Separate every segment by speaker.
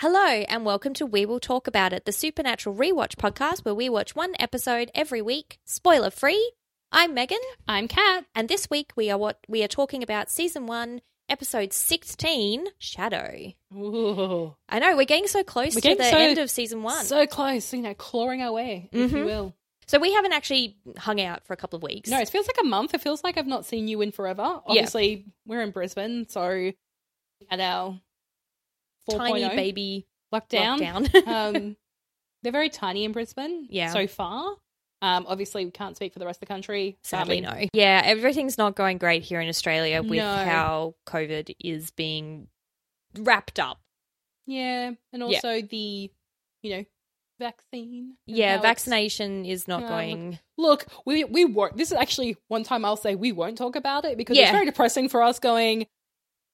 Speaker 1: Hello, and welcome to We Will Talk About It, the Supernatural Rewatch podcast where we watch one episode every week, spoiler free. I'm Megan,
Speaker 2: I'm Kat.
Speaker 1: and this week we are what we are talking about season 1, episode 16, Shadow.
Speaker 2: Ooh.
Speaker 1: I know we're getting so close
Speaker 2: We're
Speaker 1: to
Speaker 2: getting
Speaker 1: the
Speaker 2: so-
Speaker 1: end of season 1. So-,
Speaker 2: So close, you know, clawing our way, if
Speaker 1: Mhm.
Speaker 2: you will.
Speaker 1: we haven't actually hung out for a couple of weeks.
Speaker 2: No, it feels like a month. It feels like I've not seen you in forever. Obviously, we're in Brisbane, so at our 4.0
Speaker 1: tiny baby
Speaker 2: lockdown.
Speaker 1: down.
Speaker 2: um, they're very tiny in Brisbane
Speaker 1: Yeah.
Speaker 2: so far. Um, obviously, we can't speak for the rest of the country.
Speaker 1: Sadly,
Speaker 2: Um,
Speaker 1: no. Yeah, everything's not going great here in Australia with
Speaker 2: No.
Speaker 1: how COVID is being wrapped up.
Speaker 2: Yeah, and
Speaker 1: Yeah.
Speaker 2: also the, you know, vaccine. and
Speaker 1: yeah,
Speaker 2: how it's-
Speaker 1: vaccination is not
Speaker 2: Yeah,
Speaker 1: going.
Speaker 2: Look, we we won't. This is actually one time I'll say we won't talk about it because
Speaker 1: Yeah.
Speaker 2: it's very depressing for us. Going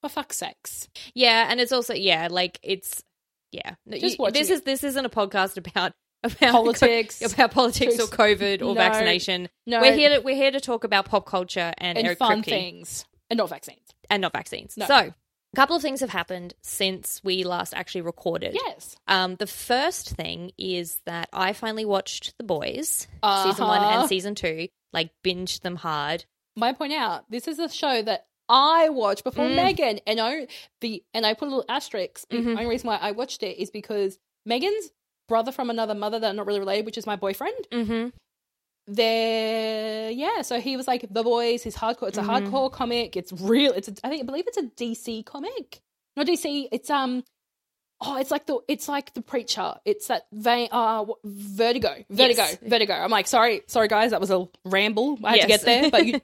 Speaker 2: for fuck's sakes,
Speaker 1: Yeah, and it's also yeah, like it's yeah. No,
Speaker 2: Just
Speaker 1: you-
Speaker 2: watching
Speaker 1: this
Speaker 2: it.
Speaker 1: is this isn't a podcast about about
Speaker 2: politics.
Speaker 1: about politics or
Speaker 2: Truth.
Speaker 1: COVID or
Speaker 2: No.
Speaker 1: vaccination.
Speaker 2: No,
Speaker 1: We're here to we're here to talk about pop culture and,
Speaker 2: and
Speaker 1: Eric
Speaker 2: fun
Speaker 1: Kripke
Speaker 2: things and not vaccines.
Speaker 1: and not vaccines.
Speaker 2: No.
Speaker 1: So, a couple of things have happened since we last actually recorded.
Speaker 2: Yes,
Speaker 1: Um, the first thing is that I finally watched The Boys season
Speaker 2: Uh-huh.
Speaker 1: one and season two, like binged them hard.
Speaker 2: Might point out this is a show that I watch before
Speaker 1: Mm.
Speaker 2: Megan, and I the and I put a little asterisk. The
Speaker 1: Mhm.
Speaker 2: only reason why I watched it is because Megan's brother from another mother that I'm not really related, which is my boyfriend.
Speaker 1: Mm-hmm.
Speaker 2: there yeah so he was like the boys he's hardcore it's a
Speaker 1: Mhm.
Speaker 2: hardcore comic it's real it's a, i think i believe it's a dc comic not dc it's um oh it's like the it's like the preacher it's that vein uh wh- vertigo vertigo
Speaker 1: Yes.
Speaker 2: vertigo i'm like sorry sorry guys that was a ramble i had to
Speaker 1: Yes.
Speaker 2: get there but you,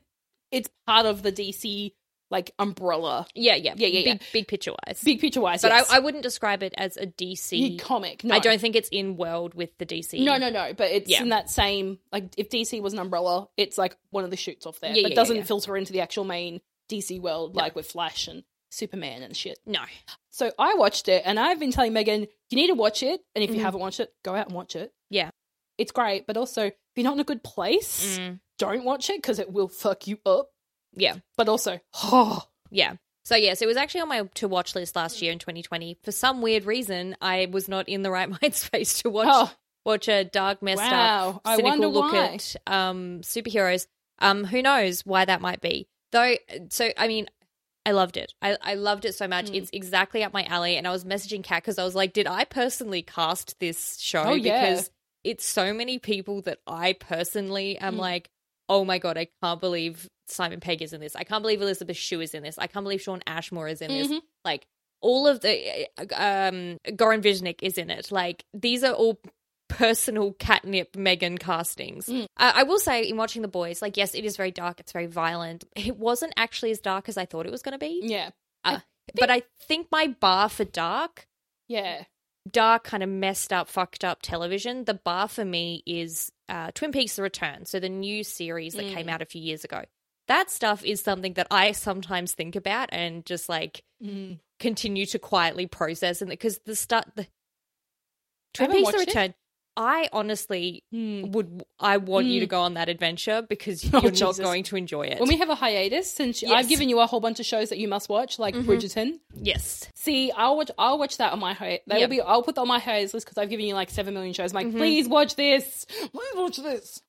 Speaker 2: it's part of the dc like umbrella
Speaker 1: Yeah, yeah,
Speaker 2: Yeah, yeah,
Speaker 1: Big, big picture wise,
Speaker 2: big picture wise
Speaker 1: but
Speaker 2: yes.
Speaker 1: I, I wouldn't describe it as a DC.
Speaker 2: Yeah, comic no
Speaker 1: I don't think it's in world with the DC.
Speaker 2: no, no, no. But it's
Speaker 1: Yeah.
Speaker 2: in that same like if DC was an umbrella, it's like one of the shoots off there.
Speaker 1: Yeah,
Speaker 2: but
Speaker 1: yeah,
Speaker 2: it
Speaker 1: yeah,
Speaker 2: doesn't
Speaker 1: yeah.
Speaker 2: filter into the actual main DC world,
Speaker 1: No.
Speaker 2: like with Flash and Superman and shit.
Speaker 1: no.
Speaker 2: So I watched it, and I've been telling Megan, you need to watch it, and if
Speaker 1: Mhm.
Speaker 2: you haven't watched it, go out and watch it.
Speaker 1: Yeah.
Speaker 2: it's great, but also if you're not in a good place,
Speaker 1: Mm,
Speaker 2: don't watch it because it will fuck you up.
Speaker 1: yeah,
Speaker 2: But also, oh,
Speaker 1: yeah. So yes, it was actually on my to watch list last
Speaker 2: Mm.
Speaker 1: year in 2020. For some weird reason, I was not in the right mind space to watch
Speaker 2: oh
Speaker 1: watch a dark, messed
Speaker 2: wow,
Speaker 1: up,
Speaker 2: I
Speaker 1: cynical
Speaker 2: wonder
Speaker 1: look
Speaker 2: why.
Speaker 1: at um, superheroes. Um, who knows why that might be? Though, so I mean, I loved it. I, I loved it so much.
Speaker 2: Mm.
Speaker 1: It's exactly up my alley. And I was messaging Kat because I was like, did I personally cast this show?
Speaker 2: Oh, yeah.
Speaker 1: Because it's so many people that I personally am
Speaker 2: Mm.
Speaker 1: like, oh my god, I can't believe Simon Pegg is in this. I can't believe Elizabeth Shue is in this. I can't believe Sean Ashmore is in this
Speaker 2: Mhm.
Speaker 1: like all of the um Goran Viznik is in it. Like these are all personal catnip Megan castings. Uh,
Speaker 2: Mm.
Speaker 1: I, I will say in watching The Boys, like yes, it is very dark, it's very violent. It wasn't actually as dark as I thought it was going to be,
Speaker 2: Yeah,
Speaker 1: but I think my bar for dark,
Speaker 2: yeah.
Speaker 1: dark kind of messed up, fucked up television, the bar for me is uh, Twin Peaks: The Return, so the new series that came
Speaker 2: Mm.
Speaker 1: out a few years ago. That stuff is something that I sometimes think about and just like
Speaker 2: Mm.
Speaker 1: continue to quietly process and because the start the Twin
Speaker 2: haven't
Speaker 1: Peaks the
Speaker 2: watched it.
Speaker 1: Return. I honestly
Speaker 2: Mm.
Speaker 1: would I want you to
Speaker 2: Mm.
Speaker 1: go on that adventure because you're
Speaker 2: Oh,
Speaker 1: not
Speaker 2: Jesus.
Speaker 1: going to enjoy it.
Speaker 2: When we have a hiatus, since
Speaker 1: Yes.
Speaker 2: I've given you a whole bunch of shows that you must watch, like
Speaker 1: Mhm.
Speaker 2: Bridgerton.
Speaker 1: yes.
Speaker 2: See, I'll watch. I'll watch that on my hiatus. That
Speaker 1: Yeah.
Speaker 2: will be. I'll put that on my hiatus list because I've given you like seven million shows. I'm like,
Speaker 1: Mhm.
Speaker 2: please watch this. Please watch this.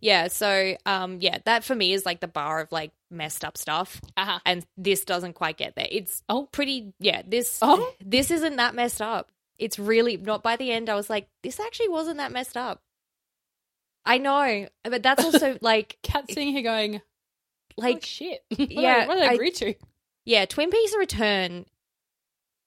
Speaker 1: Yeah, so um yeah, that for me is like the bar of like messed up stuff
Speaker 2: Uh-huh.
Speaker 1: and this doesn't quite get there. It's
Speaker 2: Oh.
Speaker 1: pretty yeah, this
Speaker 2: Oh.
Speaker 1: this isn't that messed up. It's really not by the end I was like this actually wasn't that messed up. I know, but that's also like
Speaker 2: Cat sitting here going, like
Speaker 1: like
Speaker 2: shit. What did I-
Speaker 1: yeah,
Speaker 2: what did I,
Speaker 1: I-
Speaker 2: agree to?
Speaker 1: Yeah, Twin Peaks: The Return.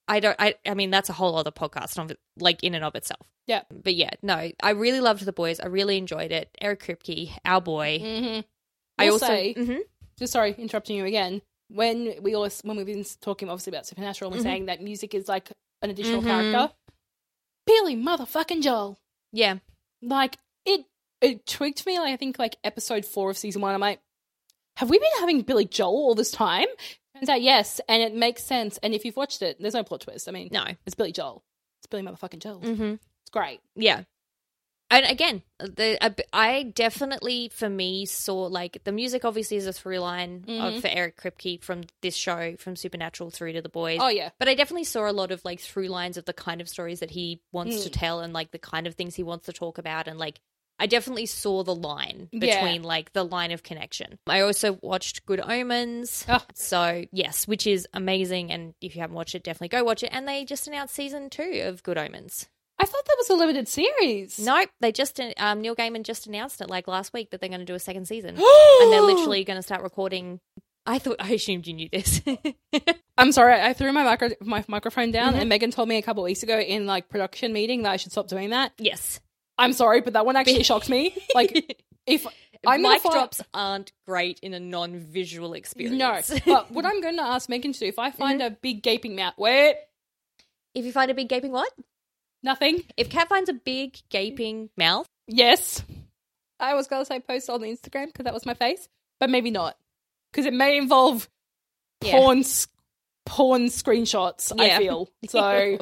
Speaker 1: I don't. I. I mean, that's a whole other podcast, on, like in and of itself.
Speaker 2: Yeah.
Speaker 1: But yeah, no, I really loved the boys. I really enjoyed it. Eric Kripke, our boy.
Speaker 2: Mm-hmm.
Speaker 1: I also.
Speaker 2: say,
Speaker 1: Mhm.
Speaker 2: just sorry interrupting you again. When we always when we've been talking obviously about supernatural, we're
Speaker 1: Mhm.
Speaker 2: saying that music is like an additional
Speaker 1: Mhm.
Speaker 2: character. Billy motherfucking Joel.
Speaker 1: Yeah.
Speaker 2: like it it tweaked me like i think like episode four of season one i'm like have we been having billy joel all this time turns out yes and it makes sense and if you've watched it there's no plot twist i mean
Speaker 1: No. Mm.
Speaker 2: it's billy joel it's billy motherfucking joel
Speaker 1: Mm-hmm.
Speaker 2: it's great
Speaker 1: Yeah. and again, the I- I definitely for me saw like the music obviously is a through line of,
Speaker 2: Mhm.
Speaker 1: for Eric Kripke from this show from Supernatural through to The Boys.
Speaker 2: Oh yeah.
Speaker 1: But I definitely saw a lot of like through lines of the kind of stories that he wants
Speaker 2: Mm.
Speaker 1: to tell and like the kind of things he wants to talk about and like I definitely saw the line between
Speaker 2: Yeah.
Speaker 1: like the line of connection. I also watched Good Omens.
Speaker 2: Oh.
Speaker 1: So, yes, which is amazing and if you haven't watched it, definitely go watch it and they just announced season 2 of Good Omens.
Speaker 2: I thought that was a limited series.
Speaker 1: Nope, they just um, Neil Gaiman just announced it like last week that they're going to do a second season. and
Speaker 2: and
Speaker 1: they're literally going to start recording I thought I assumed you knew this.
Speaker 2: I'm sorry, I threw my micro my microphone down,
Speaker 1: Mhm.
Speaker 2: and Megan told me a couple weeks ago in like production meeting that I should stop doing that.
Speaker 1: yes.
Speaker 2: I'm sorry, but that one actually shocked me. Like, if I'm gonna
Speaker 1: mic
Speaker 2: fi-
Speaker 1: drops aren't great in a non-visual
Speaker 2: no,
Speaker 1: experience. Mm-hmm.
Speaker 2: but what I'm going to ask Megan to do if I find a big gaping mouth, wait,
Speaker 1: if you find a big gaping what?
Speaker 2: nothing.
Speaker 1: If Cat finds a big gaping mouth,
Speaker 2: Yes, I was going to say post on Instagram because that was my face, but maybe not because it may involve
Speaker 1: Yeah.
Speaker 2: porn s- porn screenshots.
Speaker 1: Yeah.
Speaker 2: I feel so.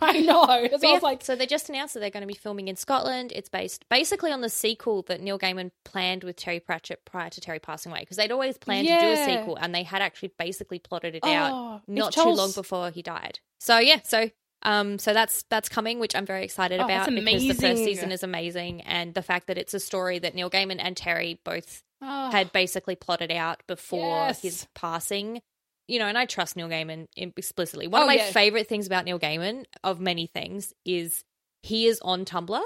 Speaker 2: I know. So I was like,
Speaker 1: so they just announced that they're going to be filming in Scotland. It's based basically on the sequel that Neil Gaiman planned with Terry Pratchett prior to Terry passing away because they'd always planned to do a
Speaker 2: Yeah.
Speaker 1: sequel and they had actually basically plotted it out
Speaker 2: oh, it's
Speaker 1: not too
Speaker 2: Charles-
Speaker 1: long before he died. So yeah, so um so that's that's coming which I'm very excited
Speaker 2: Oh,
Speaker 1: about
Speaker 2: that's
Speaker 1: because the first
Speaker 2: amazing.
Speaker 1: season is amazing and the fact that it's a story that Neil Gaiman and Terry both
Speaker 2: Oh.
Speaker 1: had basically plotted out before
Speaker 2: Yes.
Speaker 1: his passing. You know, and I trust Neil Gaiman im- explicitly. One
Speaker 2: Oh,
Speaker 1: of my
Speaker 2: yeah.
Speaker 1: favorite things about Neil Gaiman, of many things, is he is on Tumblr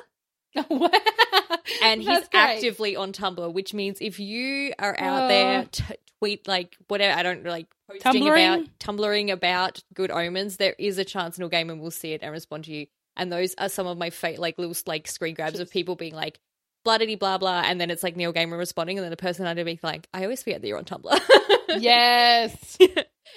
Speaker 1: and he's
Speaker 2: That's great.
Speaker 1: actively on Tumblr, which means if you are out
Speaker 2: Oh.
Speaker 1: there t- tweet like whatever, I don't like posting
Speaker 2: Tumblring?
Speaker 1: about tumblering about good omens, there is a chance Neil Gaiman will see it and respond to you. And those are some of my fate like little like screen grabs of people being like blah diddy blah blah, and then it's like Neil Gaiman responding, and then the person under me like, I always forget that you're on Tumblr.
Speaker 2: Yes.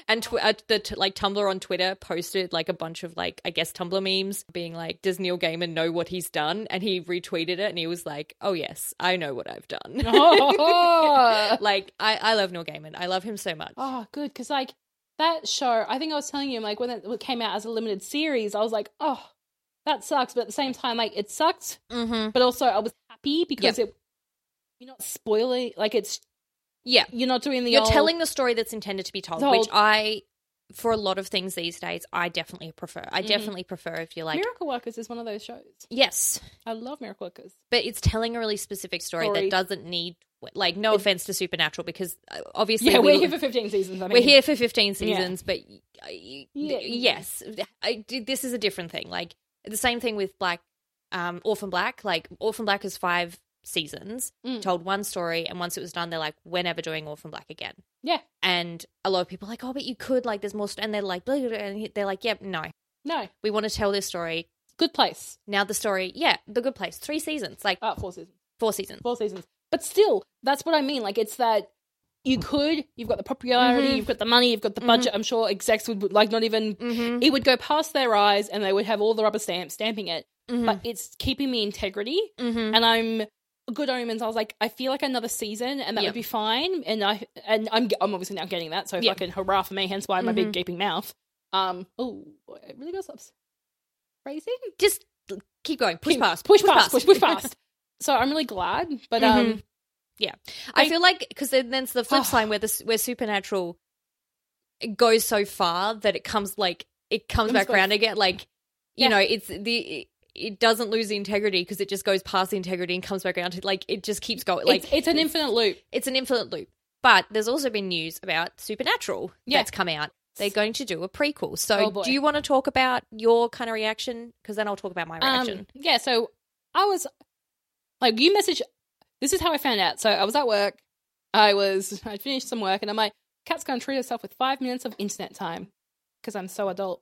Speaker 1: And tw- uh, the t- like Tumblr on Twitter posted like a bunch of like I guess Tumblr memes being like, "Does Neil Gaiman know what he's done?" And he retweeted it, and he was like, "Oh yes, I know what I've done."
Speaker 2: Oh.
Speaker 1: like I I love Neil Gaiman. I love him so much.
Speaker 2: oh, good. Because, like, that show, I think I was telling you, like, when it came out as a limited series, I was like, oh, that sucks. But at the same time, like, it sucked.
Speaker 1: Mm-hmm.
Speaker 2: But also, I was happy because it, you're not spoiling, like, it's,
Speaker 1: Yeah,
Speaker 2: you're not doing the
Speaker 1: you're
Speaker 2: old-
Speaker 1: telling the story that's intended to be told,
Speaker 2: Told.
Speaker 1: which I for a lot of things these days I definitely prefer. I
Speaker 2: Mhm.
Speaker 1: definitely prefer if you like.
Speaker 2: Miracle Workers is one of those shows.
Speaker 1: yes,
Speaker 2: I love Miracle Workers.
Speaker 1: but it's telling a really specific story, that
Speaker 2: Story.
Speaker 1: doesn't need like no offense to Supernatural because uh, obviously
Speaker 2: Yeah,
Speaker 1: we-
Speaker 2: we're here for 15 seasons. I mean,
Speaker 1: We're here for 15 seasons, but uh, y-
Speaker 2: Yeah.
Speaker 1: yes, I, this is a different thing. Like the same thing with Black, um, Orphan Black. Like Orphan Black is five seasons,
Speaker 2: Mm.
Speaker 1: told one story, and once it was done, they're like, we're never doing Orphan Black again.
Speaker 2: Yeah.
Speaker 1: And a lot of people are like, oh, but you could, like, there's more, st-, and they're like, blah, blah, blah, and they're like, yep, no,
Speaker 2: No.
Speaker 1: we want to tell this story.
Speaker 2: Good place.
Speaker 1: Now the story, yeah, The Good Place, three seasons, like
Speaker 2: Ah, four seasons.
Speaker 1: four seasons.
Speaker 2: four seasons. But still, that's what I mean. Like it's that you could, you've got the popularity,
Speaker 1: Mhm.
Speaker 2: you've got the money, you've got the budget. I'm sure execs would like not even
Speaker 1: Mm-hmm.
Speaker 2: it would go past their eyes and they would have all the rubber stamp stamping it.
Speaker 1: Mm-hmm.
Speaker 2: But it's keeping me integrity
Speaker 1: mm-hmm.
Speaker 2: and I'm good omens. I was like, I feel like another season and that
Speaker 1: Yeah.
Speaker 2: would be fine. And I and I'm I'm obviously now getting that, so
Speaker 1: Yeah.
Speaker 2: fucking hurrah for me, hence why my
Speaker 1: Mhm.
Speaker 2: big gaping mouth. Um oh it really goes up raising.
Speaker 1: Just keep going, push
Speaker 2: Keep-
Speaker 1: past,
Speaker 2: Push, past, push, push past. so I'm really glad. But um
Speaker 1: Mhm. I
Speaker 2: Like-
Speaker 1: feel like because then there's the flip
Speaker 2: Oh.
Speaker 1: side where this where supernatural goes so far that it comes like it comes
Speaker 2: Comes
Speaker 1: back
Speaker 2: back.
Speaker 1: around again. Like you
Speaker 2: Yeah.
Speaker 1: know, it's the it, it doesn't lose the integrity because it just goes past the integrity and comes back around. To, like it just keeps going. Like
Speaker 2: it's, it's an infinite loop.
Speaker 1: it's an infinite loop. But there's also been news about supernatural
Speaker 2: Yeah.
Speaker 1: that's come out. They're going to do a prequel. So
Speaker 2: Oh, boy.
Speaker 1: do you want to talk about your kind of reaction? Because then I'll talk about my reaction.
Speaker 2: Um, yeah, so I was like, you message. This is how I found out. So I was at work. I was I finished some work, and I'm like, Kat's gonna treat herself with five minutes of internet time because I'm so adult.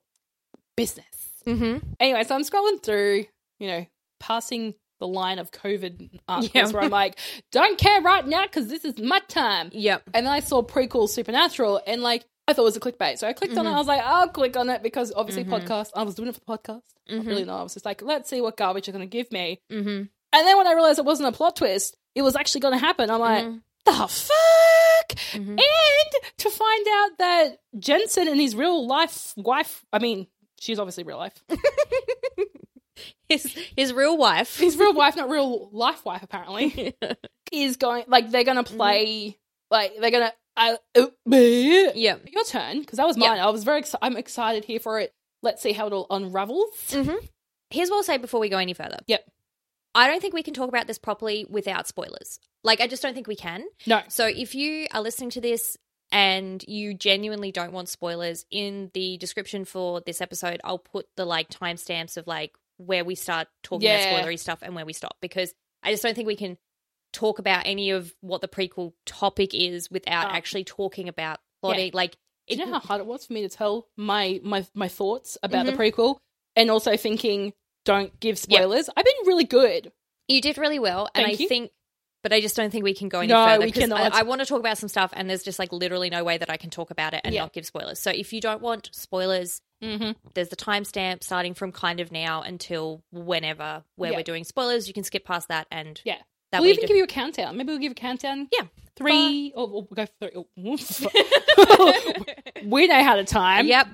Speaker 2: Business.
Speaker 1: mm-hmm.
Speaker 2: Anyway, so I'm scrolling through, you know, passing the line of COVID articles
Speaker 1: Yeah.
Speaker 2: where I'm like, don't care right now because this is my time.
Speaker 1: Yep.
Speaker 2: And then I saw prequel Supernatural, and like I thought it was a clickbait, so I clicked on it. I was like, I'll click on it because obviously
Speaker 1: Mhm.
Speaker 2: podcast. I was doing it for the podcast.
Speaker 1: Mhm.
Speaker 2: Really not. I was just like, let's see what garbage they're going to give me.
Speaker 1: Mm-hmm.
Speaker 2: And then when I realized it wasn't a plot twist, it was actually going to happen. I'm like,
Speaker 1: Mhm.
Speaker 2: the fuck.
Speaker 1: Mhm.
Speaker 2: And to find out that Jensen and his real life wife, I mean, she's obviously real life,
Speaker 1: his his real wife.
Speaker 2: his real wife, not real life wife, apparently, is going like they're gonna play like they're gonna. I, uh, bleh.
Speaker 1: yeah.
Speaker 2: your turn because that was
Speaker 1: Yeah.
Speaker 2: mine. I was very excited. I'm excited here for it. Let's see how it all unravels.
Speaker 1: hmm Here's what I'll say before we go any further.
Speaker 2: Yep.
Speaker 1: I don't think we can talk about this properly without spoilers. Like, I just don't think we can.
Speaker 2: No,
Speaker 1: So, if you are listening to this and you genuinely don't want spoilers, in the description for this episode, I'll put the like timestamps of like where we start talking
Speaker 2: Yeah.
Speaker 1: about spoilery stuff and where we stop because I just don't think we can talk about any of what the prequel topic is without
Speaker 2: Oh.
Speaker 1: actually talking about plotting. Like,
Speaker 2: Do
Speaker 1: it,
Speaker 2: you know how hard it was for me to tell my my my thoughts about
Speaker 1: Mm-hmm.
Speaker 2: the prequel and also thinking don't give spoilers. I've been really good.
Speaker 1: You did really well, and
Speaker 2: Thank
Speaker 1: I
Speaker 2: you.
Speaker 1: think, but I just don't think we can go any
Speaker 2: No,
Speaker 1: further
Speaker 2: we
Speaker 1: because I,
Speaker 2: cannot.
Speaker 1: I want to talk about some stuff, and there's just like literally no way that I can talk about it and
Speaker 2: Yeah.
Speaker 1: not give spoilers. So if you don't want spoilers,
Speaker 2: Mm-hmm.
Speaker 1: there's the timestamp starting from kind of now until whenever where
Speaker 2: Yeah.
Speaker 1: we're doing spoilers. You can skip past that, and
Speaker 2: Yeah.
Speaker 1: that
Speaker 2: we'll
Speaker 1: way.
Speaker 2: even
Speaker 1: you
Speaker 2: give you a countdown. Maybe we'll give a countdown.
Speaker 1: Yeah.
Speaker 2: Three. Or we'll go three. oh, woof.
Speaker 1: don't-
Speaker 2: we know how to time.
Speaker 1: yep,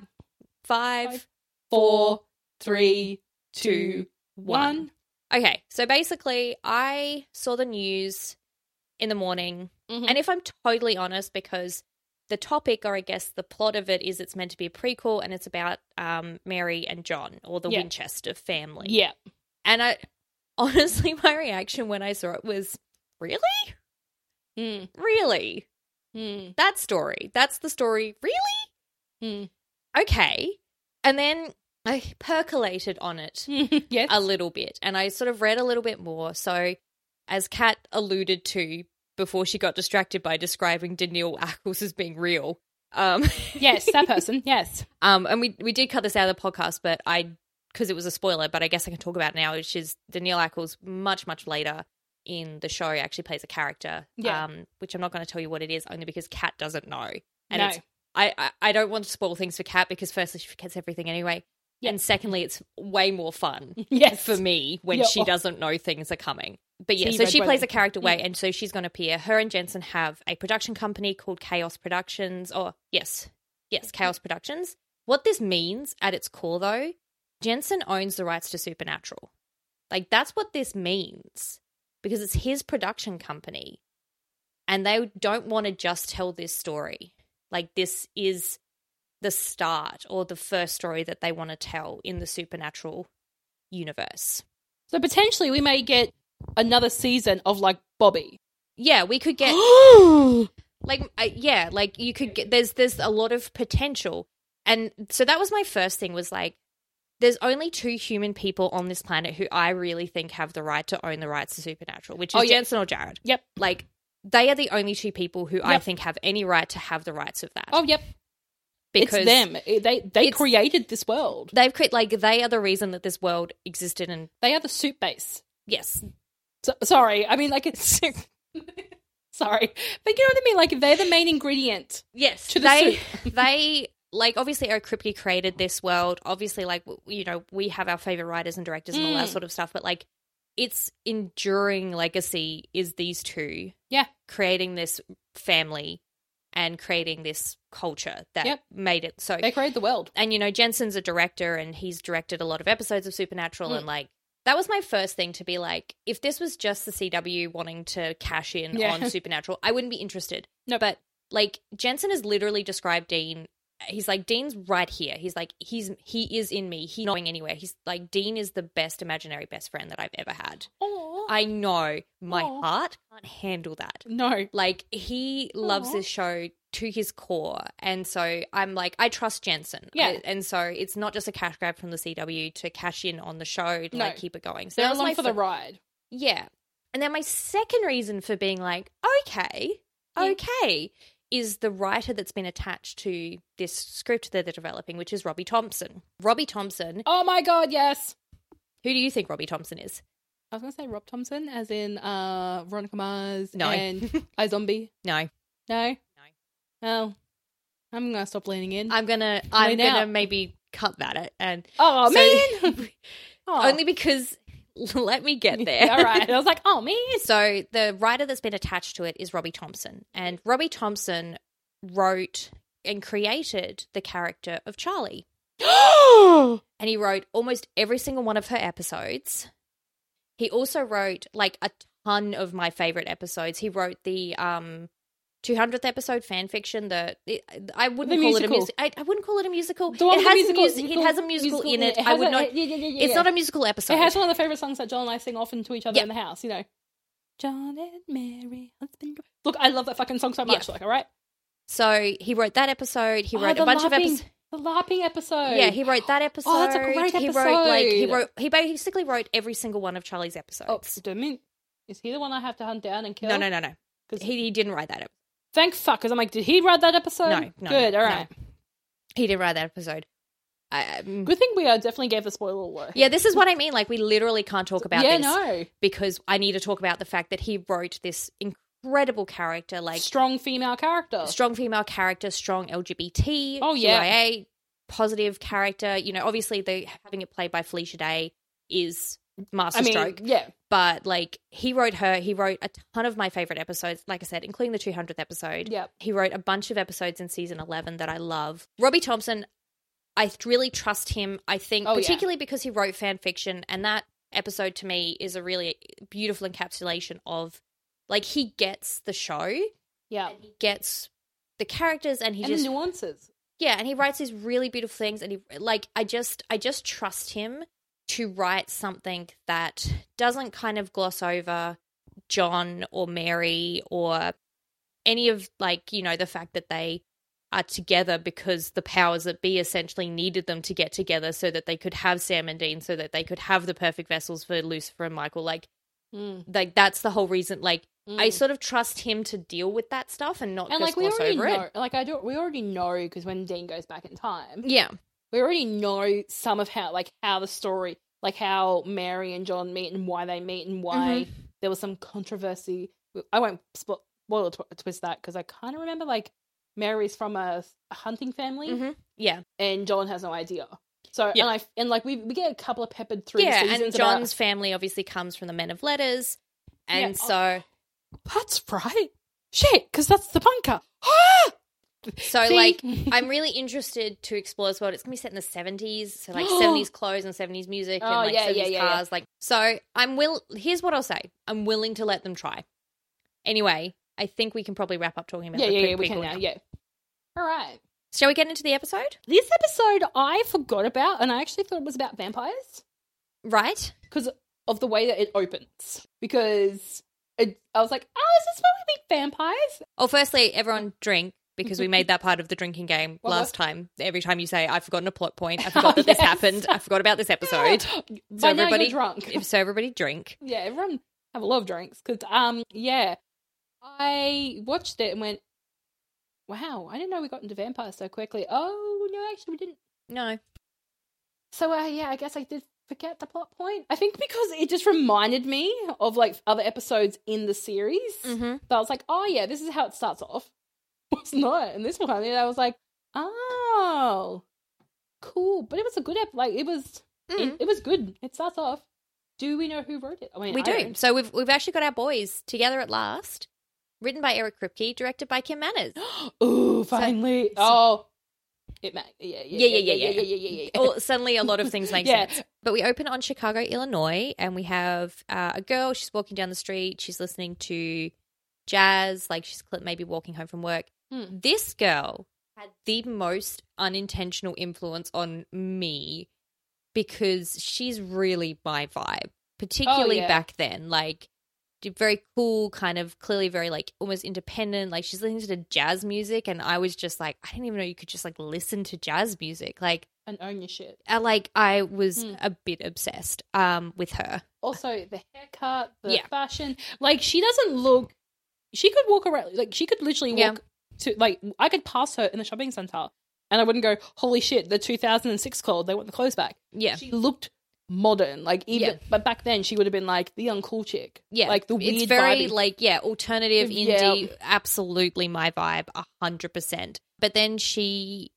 Speaker 1: five,
Speaker 2: Five, Four, three, two,
Speaker 1: one.
Speaker 2: one.
Speaker 1: Okay, so basically, I saw the news in the morning
Speaker 2: Mhm.
Speaker 1: And if I'm totally honest, because the topic, or I guess the plot of it, is it's meant to be a prequel and it's about um, Mary and John or the
Speaker 2: Yeah.
Speaker 1: Winchester family.
Speaker 2: yeah.
Speaker 1: And I honestly, my reaction when I saw it was, really?
Speaker 2: Mm,
Speaker 1: Really?
Speaker 2: mm,
Speaker 1: That story? That's the story? Really?
Speaker 2: mm.
Speaker 1: Okay. And then I percolated on it
Speaker 2: yes.
Speaker 1: a little bit and I sort of read a little bit more. So, as Kat alluded to before she got distracted by describing Daniil Ackles as being real. Um,
Speaker 2: yes, that person. Yes.
Speaker 1: Um, and we we did cut this out of the podcast, but I because it was a spoiler, but I guess I can talk about it now, which is Danielle Ackles much much later in the show actually plays a character,
Speaker 2: Yeah.
Speaker 1: um, which I'm not going to tell you what it is, only because Kat doesn't know, and
Speaker 2: no.
Speaker 1: it's I, I I don't want to spoil things for Kat because firstly she forgets everything anyway,
Speaker 2: Yeah.
Speaker 1: and secondly it's way more fun
Speaker 2: yes.
Speaker 1: for me when
Speaker 2: Yeah.
Speaker 1: she doesn't know things are coming. But
Speaker 2: So
Speaker 1: yeah,
Speaker 2: you
Speaker 1: so
Speaker 2: read
Speaker 1: she
Speaker 2: by
Speaker 1: plays
Speaker 2: then.
Speaker 1: a character way, and so she's going to appear. Her and Jensen have a production company called Chaos Productions, or yes, yes, Chaos Productions. What this means at its core, though, Jensen owns the rights to Supernatural. Like, that's what this means because it's his production company, and they don't want to just tell this story. Like, this is the start or the first story that they want to tell in the Supernatural universe.
Speaker 2: So potentially we may get another season of like Bobby. Oh,
Speaker 1: Yeah, we could get like uh, yeah, like you could get there's there's a lot of potential. And so that was my first thing was like there's only two human people on this planet who I really think have the right to own the rights to supernatural, which is
Speaker 2: Oh, yeah.
Speaker 1: Jensen or Jared.
Speaker 2: Yep.
Speaker 1: Like they are the only two people who I
Speaker 2: Yep.
Speaker 1: think have any right to have the rights of that.
Speaker 2: Oh, yep. it's them. It- They they
Speaker 1: It's-
Speaker 2: created this world.
Speaker 1: They've created like they are the reason that this world existed and
Speaker 2: They are the soup base.
Speaker 1: yes.
Speaker 2: So, sorry, I mean like it's sorry, but you know what I mean. Like they're the main ingredient.
Speaker 1: Yes,
Speaker 2: To the
Speaker 1: they they like obviously O'Kripke created this world. Obviously, like w- you know, we have our favorite writers and directors and all that
Speaker 2: Mm.
Speaker 1: sort of stuff. But like, its enduring legacy is these two,
Speaker 2: Yeah.
Speaker 1: creating this family and creating this culture that
Speaker 2: Yep.
Speaker 1: made it so.
Speaker 2: They created the world.
Speaker 1: and you know, Jensen's a director, and he's directed a lot of episodes of Supernatural,
Speaker 2: Mm.
Speaker 1: and like. That was my first thing to be like, if this was just the CW wanting to cash in
Speaker 2: Yeah.
Speaker 1: on Supernatural, I wouldn't be interested
Speaker 2: No,
Speaker 1: but like Jensen has literally described Dean. He's like Dean's right here. He's like he's he is in me. He's not going anywhere. He's like Dean is the best imaginary best friend that I've ever had.
Speaker 2: Aw.
Speaker 1: I know my
Speaker 2: Aw.
Speaker 1: heart can't handle that.
Speaker 2: no.
Speaker 1: Like he loves
Speaker 2: Aw.
Speaker 1: this show to his core, and so I'm like I trust Jensen.
Speaker 2: Yeah.
Speaker 1: I- and so it's not just a cash grab from the CW to cash in on the show to
Speaker 2: No.
Speaker 1: like keep it going. So
Speaker 2: They're
Speaker 1: that was my
Speaker 2: along for the
Speaker 1: fir-
Speaker 2: ride.
Speaker 1: yeah. And then my second reason for being like, okay,
Speaker 2: Yeah.
Speaker 1: okay, is the writer that's been attached to this script that they're developing, which is Robbie Thompson. Robbie Thompson,
Speaker 2: Oh my god, yes.
Speaker 1: who do you think Robbie Thompson is?
Speaker 2: I was gonna say Rob Thompson, as in uh Veronica Mars
Speaker 1: No.
Speaker 2: and iZombie.
Speaker 1: No.
Speaker 2: No, no. Oh, I'm gonna stop leaning in.
Speaker 1: I'm gonna I'm
Speaker 2: Find out.
Speaker 1: gonna maybe cut that out and
Speaker 2: oh
Speaker 1: so-
Speaker 2: man. Oh.
Speaker 1: only because let me get there.
Speaker 2: All right. I was like, oh man.
Speaker 1: So the writer that's been attached to it is Robbie Thompson, and Robbie Thompson wrote and created the character of Charlie.
Speaker 2: oh
Speaker 1: and he wrote almost every single one of her episodes. He also wrote like a ton of my favorite episodes. He wrote the um 200th episode fan fiction. The it- I wouldn't
Speaker 2: The
Speaker 1: call it a
Speaker 2: musical.
Speaker 1: music. I, I wouldn't call it a musical.
Speaker 2: The one
Speaker 1: it
Speaker 2: with the
Speaker 1: has
Speaker 2: musical-
Speaker 1: a music.
Speaker 2: musical-
Speaker 1: it has a musical,
Speaker 2: musical-
Speaker 1: in it.
Speaker 2: it
Speaker 1: I
Speaker 2: has
Speaker 1: would
Speaker 2: a-
Speaker 1: not.
Speaker 2: yeah, yeah, yeah, yeah,
Speaker 1: It's
Speaker 2: yeah.
Speaker 1: not a musical episode.
Speaker 2: It has one of the favorite songs that John and I sing often to each other
Speaker 1: Yeah.
Speaker 2: in the house. You know, John and Mary, husband. and- Look, I love that fucking song so
Speaker 1: Yeah.
Speaker 2: much. Like, all right,
Speaker 1: so he wrote that episode. He
Speaker 2: Oh,
Speaker 1: wrote
Speaker 2: the
Speaker 1: a bunch of
Speaker 2: LARPing.
Speaker 1: episodes.
Speaker 2: The LARPing episode.
Speaker 1: Yeah, he wrote that episode.
Speaker 2: Oh, that's a great
Speaker 1: He wrote like he
Speaker 2: episode.
Speaker 1: wrote he basically wrote every single one of Charlie's
Speaker 2: Oh,
Speaker 1: episodes.
Speaker 2: Dominic. Is he the one I have to hunt down and kill?
Speaker 1: no, no, no, no.
Speaker 2: 'Cause-
Speaker 1: He, he didn't write that. ep-
Speaker 2: Thank fuck, because I'm like, did he write that episode?
Speaker 1: No, no,
Speaker 2: Good,
Speaker 1: no,
Speaker 2: all right.
Speaker 1: He didn't write that episode. I, um,
Speaker 2: Good thing we uh, definitely gave the spoiler alert.
Speaker 1: yeah, this is what I mean. Like we literally can't talk about
Speaker 2: yeah,
Speaker 1: this
Speaker 2: no.
Speaker 1: because I need to talk about the fact that he wrote this incredible character, like
Speaker 2: Strong female character.
Speaker 1: strong female character, strong LGBT,
Speaker 2: Oh, yeah.
Speaker 1: QIA, positive character. You know, obviously the having it played by Felicia Day is
Speaker 2: I mean,
Speaker 1: masterstroke.
Speaker 2: yeah.
Speaker 1: but like he wrote her he wrote a ton of my favorite episodes like i said including the 200th episode
Speaker 2: Yep.
Speaker 1: he wrote a bunch of episodes in season 11 that i love robbie thompson i th- really trust him i think
Speaker 2: Oh, yeah.
Speaker 1: particularly because he wrote fan fiction and that episode to me is a really beautiful encapsulation of like he gets the show
Speaker 2: Yeah.
Speaker 1: and he gets the characters and he
Speaker 2: and
Speaker 1: just
Speaker 2: the nuances.
Speaker 1: yeah, and he writes these really beautiful things, and he like I just I just trust him to write something that doesn't kind of gloss over John or Mary or any of like you know the fact that they are together because the powers that be essentially needed them to get together so that they could have Sam and Dean, so that they could have the perfect vessels for Lucifer and Michael. Like
Speaker 2: Mm,
Speaker 1: like that's the whole reason. Like I
Speaker 2: mm.
Speaker 1: sort of trust him to deal with that stuff and not
Speaker 2: and
Speaker 1: just
Speaker 2: like we
Speaker 1: gloss
Speaker 2: already
Speaker 1: over
Speaker 2: know,
Speaker 1: it.
Speaker 2: like I do, we already know because when Dean goes back in time,
Speaker 1: Yeah,
Speaker 2: we already know some of how, like how the story, like how Mary and John meet and why they meet and why there was some controversy. I won't spo- spoil tw- twist that because I kind of remember like Mary's from a, a hunting family
Speaker 1: Mhm. yeah.
Speaker 2: and John has no idea. So
Speaker 1: Yeah.
Speaker 2: and I and like we we get a couple of peppered through.
Speaker 1: yeah,
Speaker 2: the seasons
Speaker 1: and
Speaker 2: about-
Speaker 1: John's family obviously comes from the men of letters, and
Speaker 2: Yeah. Oh.
Speaker 1: so
Speaker 2: that's right. Shit, because that's the bunker. Ah!
Speaker 1: so
Speaker 2: See?
Speaker 1: like I'm really interested to explore this world. It's gonna be set in the seventies, so like seventies clothes and seventies music and
Speaker 2: Oh,
Speaker 1: like
Speaker 2: yeah, yeah,
Speaker 1: seventies
Speaker 2: yeah, yeah.
Speaker 1: cars. Like so, I'm will. Here's what I'll say: I'm willing to let them try. Anyway, I think we can probably wrap up talking about
Speaker 2: yeah,
Speaker 1: the
Speaker 2: yeah,
Speaker 1: poop
Speaker 2: yeah. We can
Speaker 1: people
Speaker 2: now.
Speaker 1: now.
Speaker 2: Yeah. All right.
Speaker 1: Shall we get into the episode?
Speaker 2: This episode I forgot about, and I actually thought it was about vampires
Speaker 1: Right?
Speaker 2: because of the way that it opens. Because it, I was like, oh, is this where we meet vampires?
Speaker 1: Well, firstly, everyone drink. Because we made that part of the drinking game
Speaker 2: What
Speaker 1: last
Speaker 2: was-
Speaker 1: time. Every time you say, I've forgotten a plot point, I forgot that this
Speaker 2: yes.
Speaker 1: happened, I forgot about this episode.
Speaker 2: Ah, By now
Speaker 1: everybody-
Speaker 2: you're drunk.
Speaker 1: If so, everybody drink.
Speaker 2: yeah, everyone have a lot of drinks because um yeah, I watched it and went, wow, I didn't know we got into vampires so quickly. Oh no, actually we didn't.
Speaker 1: No.
Speaker 2: So uh, yeah, I guess I did forget the plot point. I think because it just reminded me of like other episodes in the series.
Speaker 1: Mm-hmm.
Speaker 2: But I was like, oh yeah, this is how it starts off. It's not in this one, and I was like, oh, cool. But it was a good ep. Like it was, it, it was good. It starts off. Do we know who wrote it? I mean,
Speaker 1: we
Speaker 2: I
Speaker 1: do.
Speaker 2: don't.
Speaker 1: So we've we've actually got our boys together at last. Written by Eric Kripke, directed by Kim Manners.
Speaker 2: Ooh, finally. oh, it ma- yeah, yeah, yeah, yeah, yeah, yeah, yeah, yeah, yeah.
Speaker 1: All, suddenly, a lot of things make
Speaker 2: Yeah.
Speaker 1: sense. But we open on Chicago, Illinois, and we have uh, a girl. She's walking down the street. She's listening to jazz, like she's cl- maybe walking home from work.
Speaker 2: Hmm.
Speaker 1: This girl had the most unintentional influence on me because she's really my vibe, particularly
Speaker 2: Oh, yeah.
Speaker 1: back then. Like, d- very cool, kind of clearly very like almost independent. Like, she's listening to jazz music, and I was just like, I didn't even know you could just like listen to jazz music. Like,
Speaker 2: And own your shit.
Speaker 1: I, uh, like I was
Speaker 2: Hmm.
Speaker 1: a bit obsessed um with her.
Speaker 2: Also, the haircut, the
Speaker 1: Yeah.
Speaker 2: fashion. Like she doesn't look. She could walk around. Like she could literally
Speaker 1: Yeah.
Speaker 2: walk to. Like I could pass her in the shopping center, and I wouldn't go, "Holy shit!" The 2006 called. They want the clothes back.
Speaker 1: Yeah.
Speaker 2: She looked modern. Like even, but back then she would have been like the uncool chick.
Speaker 1: Yeah.
Speaker 2: like the weird.
Speaker 1: it's very
Speaker 2: vibey-
Speaker 1: like yeah, alternative
Speaker 2: Yeah.
Speaker 1: indie, absolutely my vibe, a hundred percent. But then she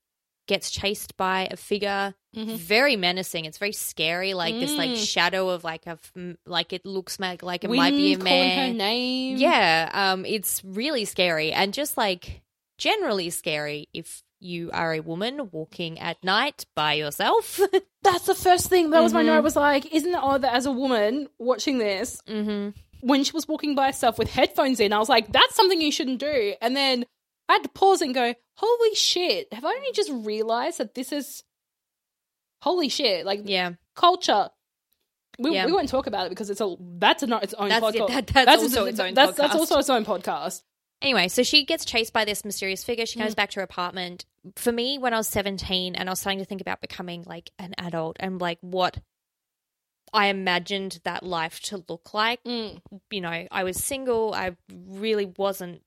Speaker 1: gets chased by a figure
Speaker 2: Mhm.
Speaker 1: very menacing. It's very scary, like this like
Speaker 2: Mm.
Speaker 1: shadow of like a f- m- like it looks ma- like it
Speaker 2: Wynn
Speaker 1: might be a
Speaker 2: calling
Speaker 1: man.
Speaker 2: her name.
Speaker 1: Yeah, um, it's really scary and just like generally scary if you are a woman walking at night by yourself.
Speaker 2: That's the first thing. That was my
Speaker 1: Mhm.
Speaker 2: note. Was like, isn't it odd that as a woman watching this,
Speaker 1: mm-hmm.
Speaker 2: when she was walking by herself with headphones in, I was like, that's something you shouldn't do. And then I had to pause and go, holy shit, have I only just realized that this is holy shit, like
Speaker 1: Yeah,
Speaker 2: culture? We,
Speaker 1: Yeah.
Speaker 2: we won't talk about it because it's a that's a, its own
Speaker 1: that's,
Speaker 2: podcast.
Speaker 1: it. That- that's, also its own
Speaker 2: that's,
Speaker 1: podcast.
Speaker 2: That's also its own podcast.
Speaker 1: Anyway, so she gets chased by this mysterious figure. She goes back to her apartment. For me, when I was 17 and I was starting to think about becoming like an adult and like what I imagined that life to look like,
Speaker 2: Mm.
Speaker 1: you know, I was single. I really wasn't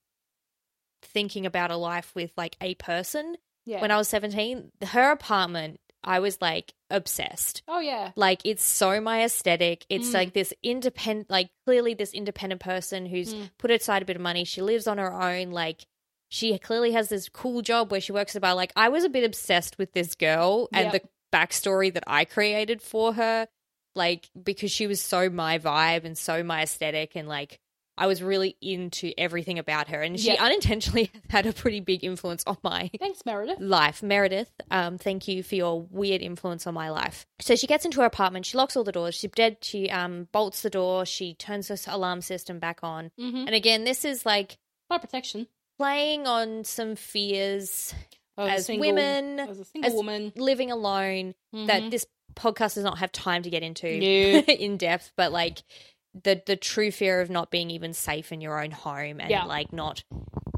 Speaker 1: thinking about a life with like a person.
Speaker 2: Yeah.
Speaker 1: When I was 17, her apartment, I was like obsessed.
Speaker 2: oh yeah.
Speaker 1: Like it's so my aesthetic. It's
Speaker 2: Mm.
Speaker 1: like this independent, like clearly this independent person who's
Speaker 2: Mm.
Speaker 1: put aside a bit of money. She lives on her own. Like she clearly has this cool job where she works at a bar. Like I was a bit obsessed with this girl and
Speaker 2: Yep.
Speaker 1: the backstory that I created for her. Like because she was so my vibe and so my aesthetic and like I was really into everything about her. And she
Speaker 2: Yeah.
Speaker 1: unintentionally had a pretty big influence on my
Speaker 2: Thanks, Meredith.
Speaker 1: life. Meredith, um, thank you for your weird influence on my life. So she gets into her apartment. She locks all the doors. She dead. She um, bolts the door. She turns her alarm system back on.
Speaker 2: Mm-hmm.
Speaker 1: And again, this is like
Speaker 2: My protection
Speaker 1: playing on some fears,
Speaker 2: As a
Speaker 1: As
Speaker 2: single-
Speaker 1: women,
Speaker 2: as a single
Speaker 1: as-
Speaker 2: woman. Mm-hmm.
Speaker 1: living alone. That this podcast does not have time to get into
Speaker 2: No.
Speaker 1: in depth, but like the the true fear of not being even safe in your own home and
Speaker 2: Yeah.
Speaker 1: like not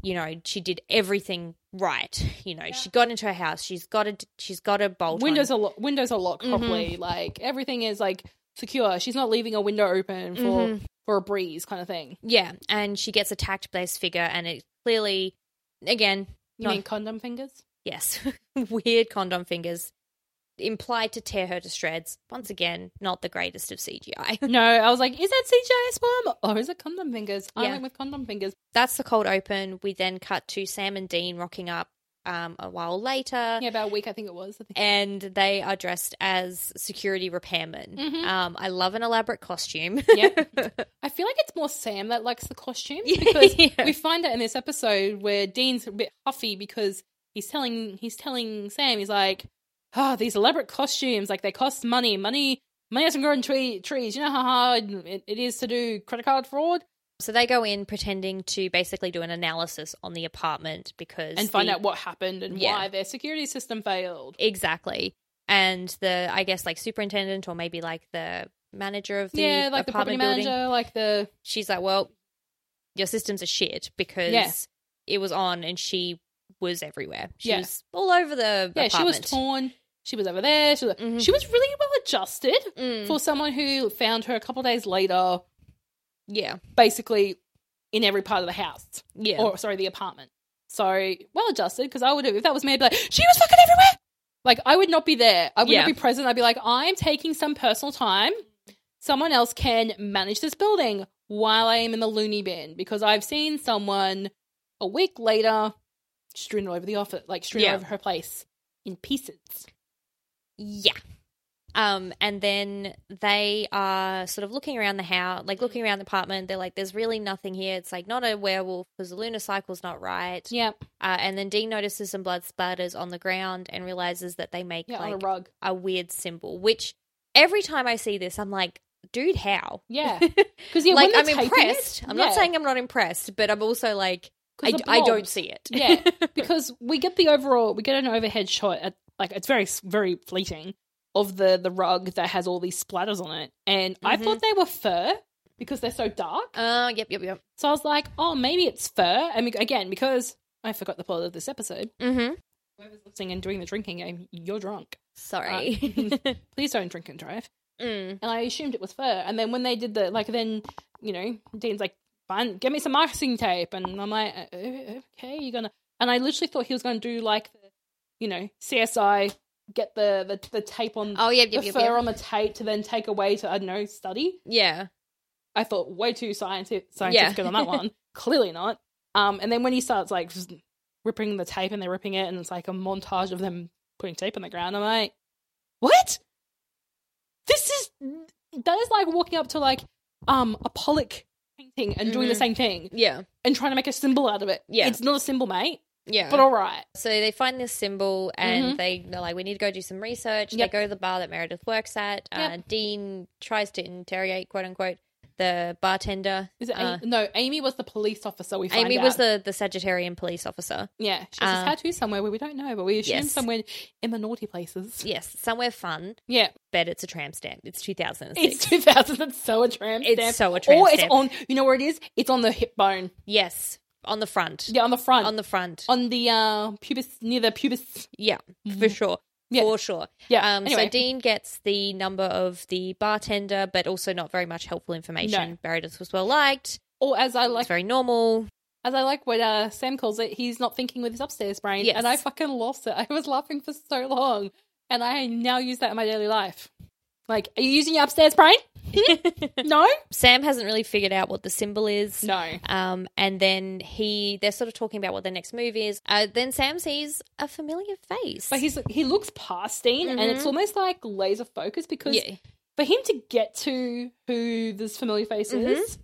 Speaker 1: you know she did everything right you know she got into her house she's got a she's got a bolt on.
Speaker 2: windows are lo- windows are locked properly. Like everything is like secure. She's not leaving a window open for
Speaker 1: Mhm.
Speaker 2: for a breeze kind of thing.
Speaker 1: Yeah, and she gets attacked by this figure, and it clearly, again,
Speaker 2: You
Speaker 1: Not-
Speaker 2: mean condom fingers?
Speaker 1: yes, weird condom fingers implied to tear her to shreds. Once again, not the greatest of CGI.
Speaker 2: No, I was like, is that CGI sperm or is it condom fingers? I
Speaker 1: Yeah.
Speaker 2: went with condom fingers.
Speaker 1: That's the cold open. We then cut to Sam and Dean rocking up um, a while later.
Speaker 2: Yeah, about a week I think it was. I think.
Speaker 1: And they are dressed as security repairmen.
Speaker 2: Mhm.
Speaker 1: Um, I love an elaborate costume.
Speaker 2: Yep. I feel like it's more Sam that likes the costumes because
Speaker 1: Yeah.
Speaker 2: we find out in this episode where Dean's a bit huffy because he's telling he's telling Sam he's like, oh, these elaborate costumes like they cost money, money, money doesn't grow in tree, trees. You know how hard it, it is to do credit card fraud
Speaker 1: so they go in pretending to basically do an analysis on the apartment because
Speaker 2: and find
Speaker 1: the-
Speaker 2: out what happened and
Speaker 1: Yeah.
Speaker 2: why their security system failed.
Speaker 1: Exactly. And the I guess like superintendent or maybe like the manager of the
Speaker 2: yeah, like the property
Speaker 1: apartment building.
Speaker 2: manager, like the
Speaker 1: She's like, Well, your systems are shit because
Speaker 2: Yeah.
Speaker 1: it was on and she was everywhere. She
Speaker 2: Yeah.
Speaker 1: was all over the
Speaker 2: yeah, she was
Speaker 1: apartment.
Speaker 2: torn. She was over there. She was,
Speaker 1: Mhm.
Speaker 2: she was really well adjusted
Speaker 1: Mm,
Speaker 2: for someone who found her a couple days later,
Speaker 1: yeah.
Speaker 2: basically in every part of the house
Speaker 1: Yeah.
Speaker 2: or sorry, the apartment. So well adjusted because I would have if that was me, I'd be like she was fucking everywhere. Like I would not be there. I would
Speaker 1: Yeah.
Speaker 2: not be present. I'd be like I'm taking some personal time. Someone else can manage this building while I am in the loony bin because I've seen someone a week later strewn all over the office, like strewn all
Speaker 1: Yeah.
Speaker 2: over her place in pieces.
Speaker 1: yeah. Um, and then they are sort of looking around the house, like
Speaker 2: Mm.
Speaker 1: looking around the apartment. They're like, "There's really nothing here." It's like not a werewolf because the lunar cycle's not right.
Speaker 2: Yeah,
Speaker 1: Uh, and then Dean notices some blood splatters on the ground and realizes that they make
Speaker 2: yeah, on a
Speaker 1: like
Speaker 2: rug.
Speaker 1: a weird symbol, which every time I see this, I'm like, dude, how?
Speaker 2: Yeah, because yeah,
Speaker 1: like,
Speaker 2: when
Speaker 1: I'm
Speaker 2: they're taping it-
Speaker 1: impressed. I'm not
Speaker 2: yeah.
Speaker 1: saying I'm not impressed, but I'm also like, I,
Speaker 2: 'Cause the
Speaker 1: I
Speaker 2: blonde.
Speaker 1: don't see it.
Speaker 2: Yeah, because we get the overall, we get an overhead shot at like it's very very fleeting of the the rug that has all these splatters on it, and I
Speaker 1: Mhm.
Speaker 2: thought they were fur because they're so dark.
Speaker 1: Uh, yep, yep, yep.
Speaker 2: So I was like, oh, maybe it's fur. And we- again, because I forgot the plot of this episode.
Speaker 1: Mm-hmm.
Speaker 2: Whoever's listening and doing the drinking game, you're drunk. Uh,
Speaker 1: Sorry.
Speaker 2: Please don't drink and drive.
Speaker 1: Mm.
Speaker 2: And I assumed it was fur. And then when they did the like, then you know, Dean's like, "Fine, get me some masking tape." And I'm like, "Uh, "Okay, you're gonna." And I literally thought he was gonna do like, the, you know, CSI, get the the, the tape on
Speaker 1: Oh, yep, yep,
Speaker 2: the
Speaker 1: yep,
Speaker 2: fur
Speaker 1: yep.
Speaker 2: on the tape to then take away to I don't know study.
Speaker 1: Yeah.
Speaker 2: I thought way too scientific, scientific on that one. Clearly not. Um, and then when he starts like just ripping the tape and they're ripping it, and it's like a montage of them putting tape on the ground. I'm like, what? This is that is like walking up to like um a Pollock painting and doing the
Speaker 1: Mhm.
Speaker 2: same thing
Speaker 1: Yeah.
Speaker 2: and trying to make a symbol out of it.
Speaker 1: Yeah.
Speaker 2: it's not a symbol, mate.
Speaker 1: Yeah.
Speaker 2: but all right.
Speaker 1: So they find this symbol and
Speaker 2: Mhm.
Speaker 1: they, they're like, we need to go do some research.
Speaker 2: Yep.
Speaker 1: They go to the bar that Meredith works at. Uh,
Speaker 2: Yep.
Speaker 1: Dean tries to interrogate, quote unquote, the bartender.
Speaker 2: Is it
Speaker 1: Uh,
Speaker 2: Amy? No, Amy was the police officer. We find
Speaker 1: Amy
Speaker 2: out.
Speaker 1: was the, the Sagittarian police officer.
Speaker 2: yeah. She has
Speaker 1: uh,
Speaker 2: a tattoo somewhere where we don't know, but we assume
Speaker 1: yes.
Speaker 2: somewhere in the naughty places.
Speaker 1: Yes, somewhere fun,
Speaker 2: Yeah,
Speaker 1: but it's a tram stamp. It's 2006.
Speaker 2: it's two thousand. It's so a tram
Speaker 1: It's
Speaker 2: stamp.
Speaker 1: so a tram
Speaker 2: or
Speaker 1: stamp.
Speaker 2: it's on. You know where it is? It's on the hip bone.
Speaker 1: yes, on the front.
Speaker 2: Yeah, on the front.
Speaker 1: On the front.
Speaker 2: on the uh, pubis near the pubis.
Speaker 1: yeah, for sure.
Speaker 2: Yeah.
Speaker 1: For sure.
Speaker 2: Yeah.
Speaker 1: Um,
Speaker 2: anyway,
Speaker 1: So Dean gets the number of the bartender, but also not very much helpful information.
Speaker 2: No.
Speaker 1: Meredith was well liked.
Speaker 2: or as I like
Speaker 1: It's very normal.
Speaker 2: as I like what uh, Sam calls it, he's not thinking with his upstairs brain.
Speaker 1: Yes.
Speaker 2: And I fucking lost it. I was laughing for so long. And I now use that in my daily life. Like, are you using your upstairs brain? no?
Speaker 1: Sam hasn't really figured out what the symbol is.
Speaker 2: No.
Speaker 1: Um, and then he, they're sort of talking about what their next move is. Uh, then Sam sees a familiar face.
Speaker 2: But he's he looks past Dean and
Speaker 1: Mm-hmm.
Speaker 2: it's almost like laser focus because
Speaker 1: yeah,
Speaker 2: for him to get to who this familiar face is,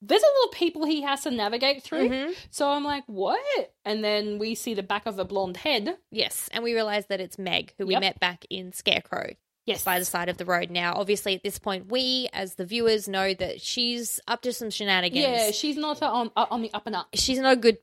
Speaker 2: there's a lot of people he has to navigate through. So I'm like, what? And then we see the back of a blonde head.
Speaker 1: yes. And we realize that it's Meg, who we
Speaker 2: Yep.
Speaker 1: met back in Scarecrow
Speaker 2: Yes.
Speaker 1: by the side of the road. Now, obviously, at this point, we as the viewers know that she's up to some shenanigans.
Speaker 2: yeah, she's not uh, on uh, on the up and up.
Speaker 1: she's not a good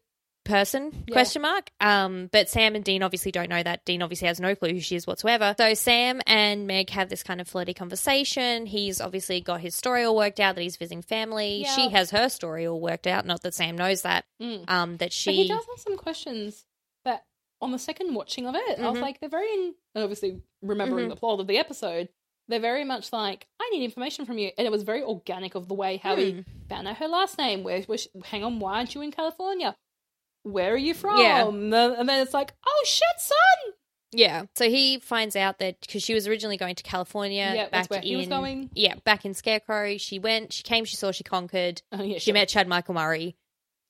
Speaker 1: person
Speaker 2: Yeah.
Speaker 1: question mark um but sam and dean obviously don't know that dean obviously has no clue who she is whatsoever so sam and meg have this kind of flirty conversation he's obviously got his story all worked out that he's visiting family
Speaker 2: Yeah.
Speaker 1: she has her story all worked out not that sam knows that
Speaker 2: Mm.
Speaker 1: um that
Speaker 2: But he
Speaker 1: she
Speaker 2: does have some questions that on the second watching of it, I was
Speaker 1: Mhm.
Speaker 2: like, they're very in and obviously remembering
Speaker 1: Mhm.
Speaker 2: the plot of the episode, they're very much like, I need information from you. And it was very organic of the way how
Speaker 1: Hmm.
Speaker 2: he found out her last name. Where, where she- hang on, why aren't you in California? Where are you from?
Speaker 1: Yeah.
Speaker 2: And then and then it's like, oh shit, son.
Speaker 1: yeah so he finds out that because she was originally going to california
Speaker 2: Yeah, that's
Speaker 1: back
Speaker 2: where
Speaker 1: in
Speaker 2: he was going.
Speaker 1: yeah back in scarecrow she went she came she saw she conquered
Speaker 2: Oh yeah,
Speaker 1: she
Speaker 2: sure.
Speaker 1: met chad michael murray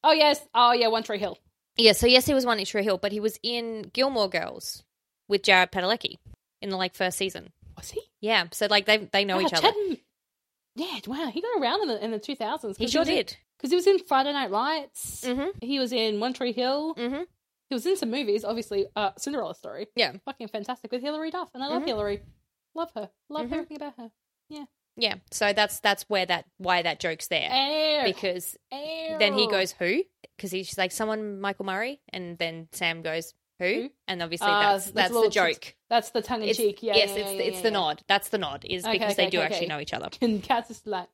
Speaker 2: Oh yes. Oh yeah, One Tree Hill.
Speaker 1: Yeah, so yes, he was one at Tree Hill, but he was in Gilmore Girls with Jared Padalecki in the like first season.
Speaker 2: Was he?
Speaker 1: Yeah, so like they they know
Speaker 2: Wow,
Speaker 1: each other.
Speaker 2: Oh, Chad and- yeah. Wow. He got around in the in the two thousands.
Speaker 1: he sure did.
Speaker 2: Because he was in Friday Night Lights.
Speaker 1: Mhm.
Speaker 2: He was in One Tree Hill.
Speaker 1: Mhm.
Speaker 2: He was in some movies, obviously. Uh, Cinderella Story.
Speaker 1: Yeah.
Speaker 2: Fucking fantastic with Hilary Duff. And I love
Speaker 1: Mhm.
Speaker 2: Hilary. Love her. Love
Speaker 1: Mhm.
Speaker 2: everything about her.
Speaker 1: Yeah, so that's that's where that why that joke's there
Speaker 2: Air.
Speaker 1: because then he goes who because he's like someone Michael Murray and then Sam goes who,
Speaker 2: Who?
Speaker 1: and obviously
Speaker 2: Ah,
Speaker 1: that's
Speaker 2: that's a
Speaker 1: that's, the
Speaker 2: little
Speaker 1: joke.
Speaker 2: trick. That's the tongue in
Speaker 1: It's-
Speaker 2: cheek. Yeah.
Speaker 1: yes,
Speaker 2: yeah,
Speaker 1: it's
Speaker 2: yeah,
Speaker 1: the, it's
Speaker 2: yeah,
Speaker 1: the
Speaker 2: yeah.
Speaker 1: nod. That's the nod is
Speaker 2: Okay,
Speaker 1: because
Speaker 2: okay,
Speaker 1: they do
Speaker 2: okay,
Speaker 1: actually
Speaker 2: okay.
Speaker 1: know each other.
Speaker 2: And Kat's just like,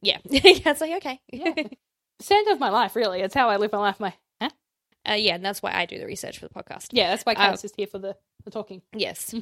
Speaker 1: Yeah, that's like okay.
Speaker 2: yeah. it's the end of my life, really. It's how I live my life. My huh?
Speaker 1: uh, yeah, and that's why I do the research for the podcast.
Speaker 2: Yeah, that's why
Speaker 1: Uh,
Speaker 2: Kat's just here for the, the talking.
Speaker 1: Yes,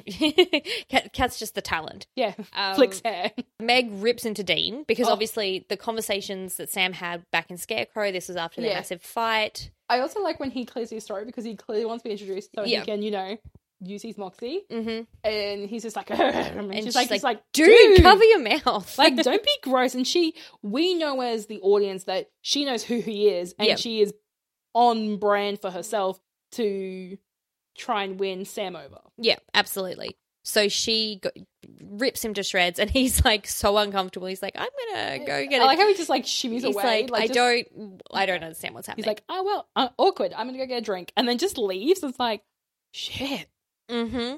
Speaker 1: Cat, Cat's just the talent.
Speaker 2: Yeah.
Speaker 1: Um,
Speaker 2: Flicks hair.
Speaker 1: Meg rips into Dean because
Speaker 2: Oh.
Speaker 1: obviously the conversations that Sam had back in Scarecrow, this was after their
Speaker 2: Yeah.
Speaker 1: massive fight.
Speaker 2: I also like when he clears his story because he clearly wants to be introduced so
Speaker 1: Yeah.
Speaker 2: he can, you know, use his moxie.
Speaker 1: hmm And,
Speaker 2: and he's just like, and, Mm-hmm. she's, like, he's like,
Speaker 1: dude, cover your mouth.
Speaker 2: like, don't be gross. And she, we know as the audience that she knows who he is, and
Speaker 1: Yeah.
Speaker 2: she is on brand for herself to try and win Sam over.
Speaker 1: yeah, absolutely. So she go- rips him to shreds and he's like so uncomfortable. He's like, I'm going to go get
Speaker 2: I like
Speaker 1: a
Speaker 2: how he just like
Speaker 1: He's
Speaker 2: shimmies away.
Speaker 1: like, I
Speaker 2: just-
Speaker 1: don't, I don't understand what's happening.
Speaker 2: He's like, oh well, uh, awkward. I'm gonna go get a drink, and then just leaves. It's like, shit.
Speaker 1: Mm-hmm.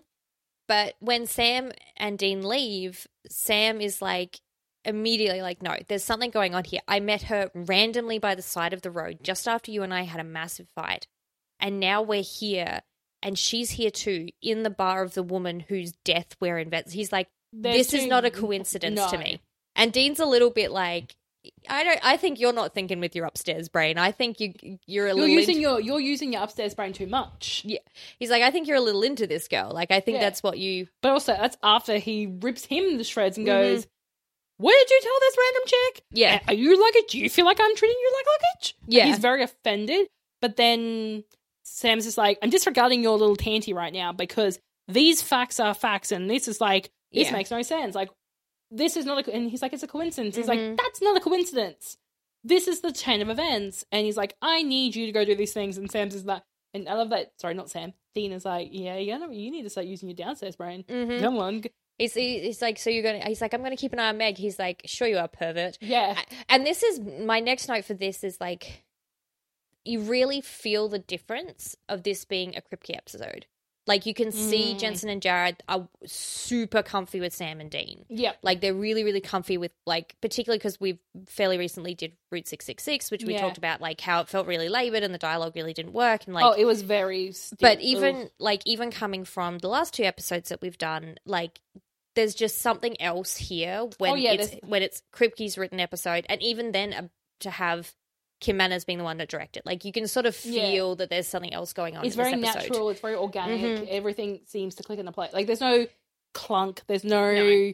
Speaker 1: But when Sam and Dean leave, Sam is like immediately like, no, there's something going on here. I met her randomly by the side of the road just after you and I had a massive fight. And now we're here and she's here too in the bar of the woman whose death we're invested. He's like,
Speaker 2: They're
Speaker 1: this is
Speaker 2: too-
Speaker 1: not a coincidence to
Speaker 2: No.
Speaker 1: me. And Dean's a little bit like, I don't. I think you're not thinking with your upstairs brain. I think you you're a
Speaker 2: You're
Speaker 1: little
Speaker 2: using your you're using your upstairs brain too much.
Speaker 1: yeah. He's like, I think you're a little into this girl. Like, I think
Speaker 2: Yeah.
Speaker 1: that's what you
Speaker 2: But also, that's after he rips him the shreds and
Speaker 1: Mhm.
Speaker 2: goes, "What did you tell this random chick?
Speaker 1: Yeah.
Speaker 2: A- Are you luggage? Do you feel like I'm treating you like luggage? Like,
Speaker 1: Yeah.
Speaker 2: he's very offended. But then Sam's just like, I'm disregarding your little tanty right now because these facts are facts and this is like, this
Speaker 1: Yeah.
Speaker 2: makes no sense. Like, this is not a, co-" and he's like, it's a coincidence. He's
Speaker 1: Mhm.
Speaker 2: like, that's not a coincidence. This is the chain of events. And he's like, I need you to go do these things. And Sam's is like, and I love that. Sorry, not Sam. Dean is like, yeah, you, know, you need to start using your downstairs brain.
Speaker 1: Mhm.
Speaker 2: Come on. g-
Speaker 1: He's, he's like, so you're gonna. He's like, I'm gonna keep an eye on Meg. He's like, sure you are, pervert.
Speaker 2: Yeah.
Speaker 1: I- And this is my next note for this is like, you really feel the difference of this being a Kripke episode. Like you can see
Speaker 2: Mm.
Speaker 1: Jensen and Jared are super comfy with Sam and Dean.
Speaker 2: Yep.
Speaker 1: Like they're really, really comfy with like, particularly because we fairly recently did Route Six Six Six, which we
Speaker 2: Yeah.
Speaker 1: talked about like how it felt really laboured and the dialogue really didn't work and like
Speaker 2: oh, it was very. Still,
Speaker 1: but even like even coming from the last two episodes that we've done like there's just something else here when
Speaker 2: Oh, yeah,
Speaker 1: it's
Speaker 2: there's-
Speaker 1: when it's Kripke's written episode and even then uh, to have Kim Manners being the one that directed like you can sort of
Speaker 2: Yeah.
Speaker 1: feel that there's something else going on
Speaker 2: it's
Speaker 1: in this
Speaker 2: very
Speaker 1: episode.
Speaker 2: natural. It's very organic.
Speaker 1: Mhm.
Speaker 2: Everything seems to click in the play. Like there's no clunk. There's no,
Speaker 1: No.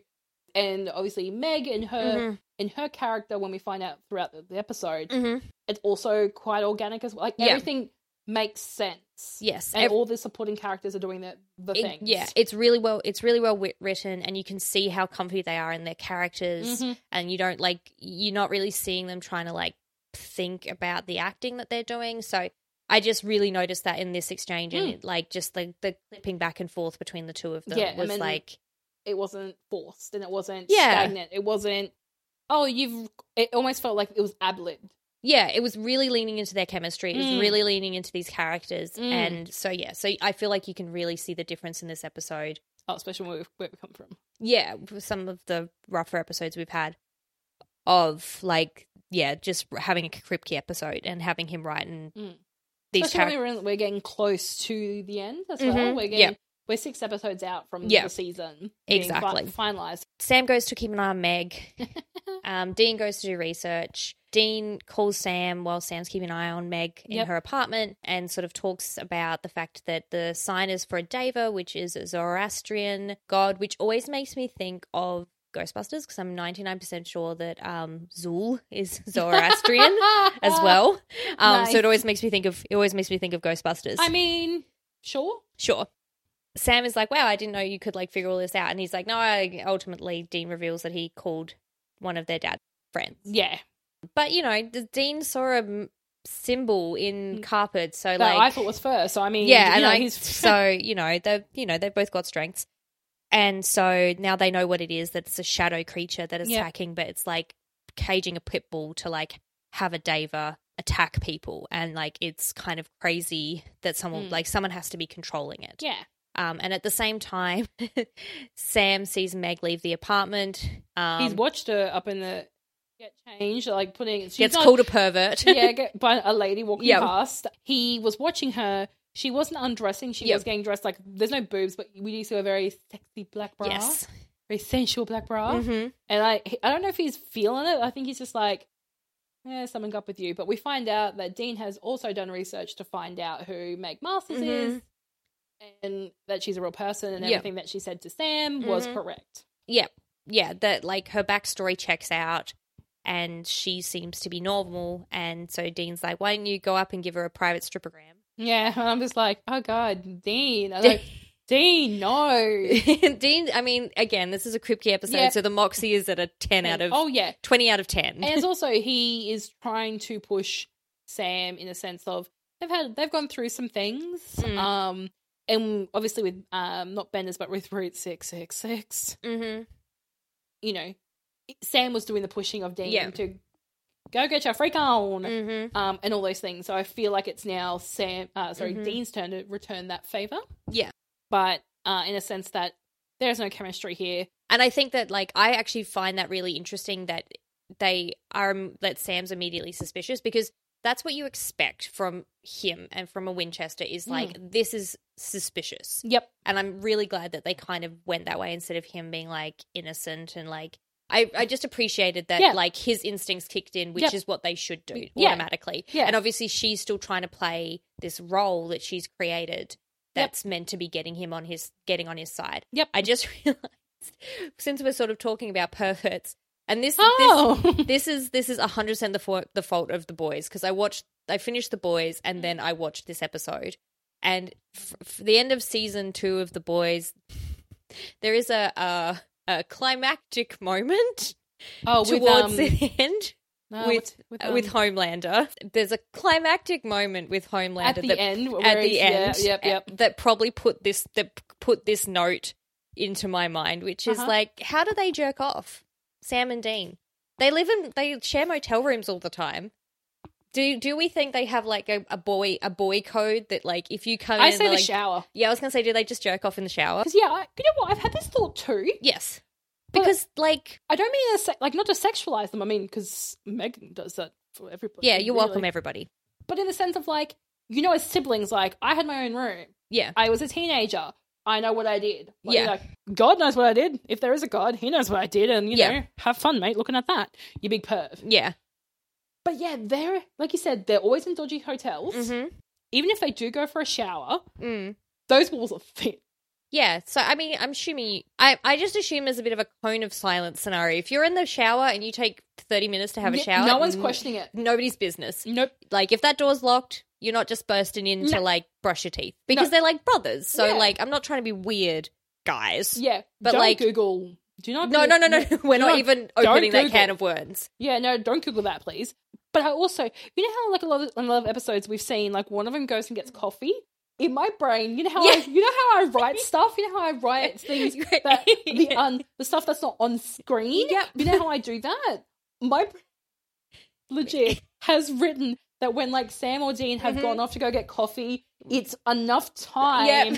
Speaker 2: and obviously Meg and her
Speaker 1: Mhm,
Speaker 2: and her character when we find out throughout the, the episode,
Speaker 1: mhm.
Speaker 2: it's also quite organic as well. Like
Speaker 1: Yeah.
Speaker 2: everything makes sense.
Speaker 1: Yes.
Speaker 2: and
Speaker 1: ev-
Speaker 2: all the supporting characters are doing the the
Speaker 1: it-
Speaker 2: things.
Speaker 1: yeah, it's really well it's really well wit- written and you can see how comfy they are in their characters
Speaker 2: Mhm.
Speaker 1: and you don't like you're not really seeing them trying to like think about the acting that they're doing so i just really noticed that in this exchange
Speaker 2: Hmm.
Speaker 1: and it, like just the, the clipping back and forth between the two of them
Speaker 2: Yeah, I
Speaker 1: was
Speaker 2: mean-
Speaker 1: like
Speaker 2: It wasn't forced and it wasn't
Speaker 1: Yeah.
Speaker 2: stagnant. It wasn't. Oh, you've. It almost felt like it was ad libbed.
Speaker 1: yeah it was really leaning into their chemistry it was
Speaker 2: Mm.
Speaker 1: really leaning into these characters
Speaker 2: Mm.
Speaker 1: and so yeah so i feel like you can really see the difference in this episode
Speaker 2: Oh, especially where we, where we come from.
Speaker 1: yeah with some of the rougher episodes we've had of like yeah just having a kripke episode and having him write and
Speaker 2: Mm.
Speaker 1: these
Speaker 2: Especially
Speaker 1: characters
Speaker 2: when we're, in- we're getting close to the end as well.
Speaker 1: Mhm.
Speaker 2: We're getting
Speaker 1: Yeah.
Speaker 2: we're six episodes out from
Speaker 1: Yeah.
Speaker 2: the season being fi-
Speaker 1: Exactly.
Speaker 2: finalized.
Speaker 1: Sam goes to keep an eye on Meg. um, Dean goes to do research. Dean calls Sam while Sam's keeping an eye on Meg in
Speaker 2: Yep.
Speaker 1: her apartment and sort of talks about the fact that the sign is for a deva, which is a Zoroastrian god, which always makes me think of Ghostbusters because I'm 99% sure that um, Zul is Zoroastrian as well. Um,
Speaker 2: Ah, Nice.
Speaker 1: So it always makes me think of it always makes me think of Ghostbusters.
Speaker 2: I mean, sure.
Speaker 1: Sure. Sam is like, wow, I didn't know you could like figure all this out. And he's like, no, I ultimately, Dean reveals that he called one of their dad's friends.
Speaker 2: Yeah.
Speaker 1: But, you know, the Dean saw a m- symbol in carpet. So,
Speaker 2: Mm. That I
Speaker 1: like,
Speaker 2: thought was first. So I mean,
Speaker 1: yeah.
Speaker 2: you
Speaker 1: And
Speaker 2: know,
Speaker 1: I,
Speaker 2: he's-
Speaker 1: so, you know, they've, you know, they've both got strengths. And so now they know what it is that it's a shadow creature that is
Speaker 2: Yeah.
Speaker 1: attacking, but it's like caging a pit bull to like have a deva attack people. And like, it's kind of crazy that someone,
Speaker 2: Mm.
Speaker 1: like, someone has to be controlling it.
Speaker 2: yeah.
Speaker 1: Um, and at the same time, Sam sees Meg leave the apartment. Um,
Speaker 2: he's watched her up in the get changed, like putting. She's
Speaker 1: gets
Speaker 2: not-
Speaker 1: called a pervert.
Speaker 2: yeah, get, by a lady walking
Speaker 1: Yeah.
Speaker 2: past. He was watching her. She wasn't undressing. She
Speaker 1: Yep.
Speaker 2: was getting dressed. Like there's no boobs, but we do see a very sexy black bra,
Speaker 1: yes.
Speaker 2: very sensual black bra.
Speaker 1: hmm
Speaker 2: And I, he- I don't know if he's feeling it. I think he's just like, yeah, something up with you. But we find out that Dean has also done research to find out who Meg Masters
Speaker 1: Mm-hmm.
Speaker 2: is, and that she's a real person, and
Speaker 1: Yep.
Speaker 2: everything that she said to Sam was
Speaker 1: Mhm.
Speaker 2: correct.
Speaker 1: Yeah. Yeah. That like her backstory checks out and she seems to be normal. And so Dean's like, why don't you go up and give her a private stripogram?
Speaker 2: Yeah, and I'm just like, oh god, Dean, I'm like, Dean, no.
Speaker 1: Dean, I mean, again, this is a Kripke episode.
Speaker 2: Yeah.
Speaker 1: So the Moxie is at a 10 out of
Speaker 2: oh yeah,
Speaker 1: 20 out of 10.
Speaker 2: and it's also he is trying to push Sam in a sense of they've had they've gone through some things,
Speaker 1: Mm.
Speaker 2: um, and obviously with um not Benders but with Route Six Six Six,
Speaker 1: hmm
Speaker 2: you know, Sam was doing the pushing of Dean
Speaker 1: Yeah.
Speaker 2: to go get your freak on,
Speaker 1: hmm
Speaker 2: um, and all those things. So I feel like it's now Sam, uh, sorry,
Speaker 1: Mhm.
Speaker 2: Dean's turn to return that favor.
Speaker 1: Yeah.
Speaker 2: but uh, in a sense that there is no chemistry here.
Speaker 1: And I think that like I actually find that really interesting that they are um, that Sam's immediately suspicious because that's what you expect from him and from a Winchester is like this is suspicious.
Speaker 2: Yep.
Speaker 1: And I'm really glad that they kind of went that way instead of him being like innocent and like I, I just appreciated that
Speaker 2: Yeah.
Speaker 1: like his instincts kicked in, which
Speaker 2: Yep.
Speaker 1: is what they should do
Speaker 2: Yeah.
Speaker 1: automatically.
Speaker 2: Yeah.
Speaker 1: And obviously she's still trying to play this role that she's created
Speaker 2: Yep.
Speaker 1: that's meant to be getting him on his getting on his side.
Speaker 2: Yep.
Speaker 1: I just realized since we're sort of talking about perverts, and this
Speaker 2: Oh,
Speaker 1: this, this is this is hundred percent the fault the fault of the boys because I watched I finished the boys and then I watched this episode, and f- f- the end of season two of the boys, there is a a, a climactic moment
Speaker 2: oh, with,
Speaker 1: towards
Speaker 2: um,
Speaker 1: the end
Speaker 2: no,
Speaker 1: with
Speaker 2: what's- with,
Speaker 1: uh, with
Speaker 2: um,
Speaker 1: Homelander. There's a climactic moment with Homelander
Speaker 2: at the
Speaker 1: that
Speaker 2: end. where
Speaker 1: at
Speaker 2: he's-
Speaker 1: the
Speaker 2: yeah,
Speaker 1: end
Speaker 2: Yep, yep.
Speaker 1: uh, that probably put this that p- put this note into my mind which is
Speaker 2: Uh-huh.
Speaker 1: like how do they jerk off sam and dean they live in they share motel rooms all the time Do do we think they have like a, a boy a boy code that like if you come in
Speaker 2: I
Speaker 1: and
Speaker 2: say
Speaker 1: they're
Speaker 2: the
Speaker 1: like,
Speaker 2: shower.
Speaker 1: yeah I was gonna say do they just jerk off in the shower?
Speaker 2: Because, yeah, I, you know what? I've had this thought too.
Speaker 1: Yes,
Speaker 2: But-
Speaker 1: because like
Speaker 2: I don't mean, to se- like, not to sexualize them. I mean, because Megan does that for everybody.
Speaker 1: yeah, you're welcome
Speaker 2: really.
Speaker 1: everybody.
Speaker 2: But in the sense of, like, you know, as siblings, like, I had my own room.
Speaker 1: Yeah,
Speaker 2: I was a teenager. I know what I did. Like,
Speaker 1: Yeah.
Speaker 2: like, God knows what I did. If there is a God, he knows what I did. And, you
Speaker 1: Yeah.
Speaker 2: know, have fun, mate, looking at that. You big perv.
Speaker 1: yeah,
Speaker 2: But yeah, they're, like you said, they're always in dodgy hotels.
Speaker 1: mm-hmm.
Speaker 2: Even if they do go for a shower,
Speaker 1: mm.
Speaker 2: those walls are thin.
Speaker 1: Yeah, so I mean, I'm assuming I I just assume there's a bit of a cone of silence scenario. If you're in the shower and you take 30 minutes to have a
Speaker 2: Yeah,
Speaker 1: shower,
Speaker 2: No one's Mm.
Speaker 1: n-
Speaker 2: questioning it.
Speaker 1: nobody's business.
Speaker 2: Nope.
Speaker 1: Like if that door's locked, you're not just bursting in to
Speaker 2: No.
Speaker 1: like brush your teeth because they're like brothers. So
Speaker 2: Yeah.
Speaker 1: like I'm not trying to be weird, guys.
Speaker 2: Yeah.
Speaker 1: But,
Speaker 2: don't
Speaker 1: like-
Speaker 2: Google. Do not.
Speaker 1: No, no,
Speaker 2: Google-
Speaker 1: no, no. We're
Speaker 2: do
Speaker 1: not even
Speaker 2: don't
Speaker 1: opening that
Speaker 2: Google.
Speaker 1: can of worms.
Speaker 2: Yeah, no, don't Google that, please. But I also, you know how like a lot of, on a lot of episodes we've seen, like one of them goes and gets coffee. In my brain, you know how
Speaker 1: Yeah.
Speaker 2: I, you know how I write stuff. You know how I write things that the un, the stuff that's not on screen.
Speaker 1: Yep.
Speaker 2: You know how I do that. My br- legit has written that when like Sam or Dean have
Speaker 1: Mhm.
Speaker 2: gone off to go get coffee, it's enough
Speaker 1: Yep.
Speaker 2: time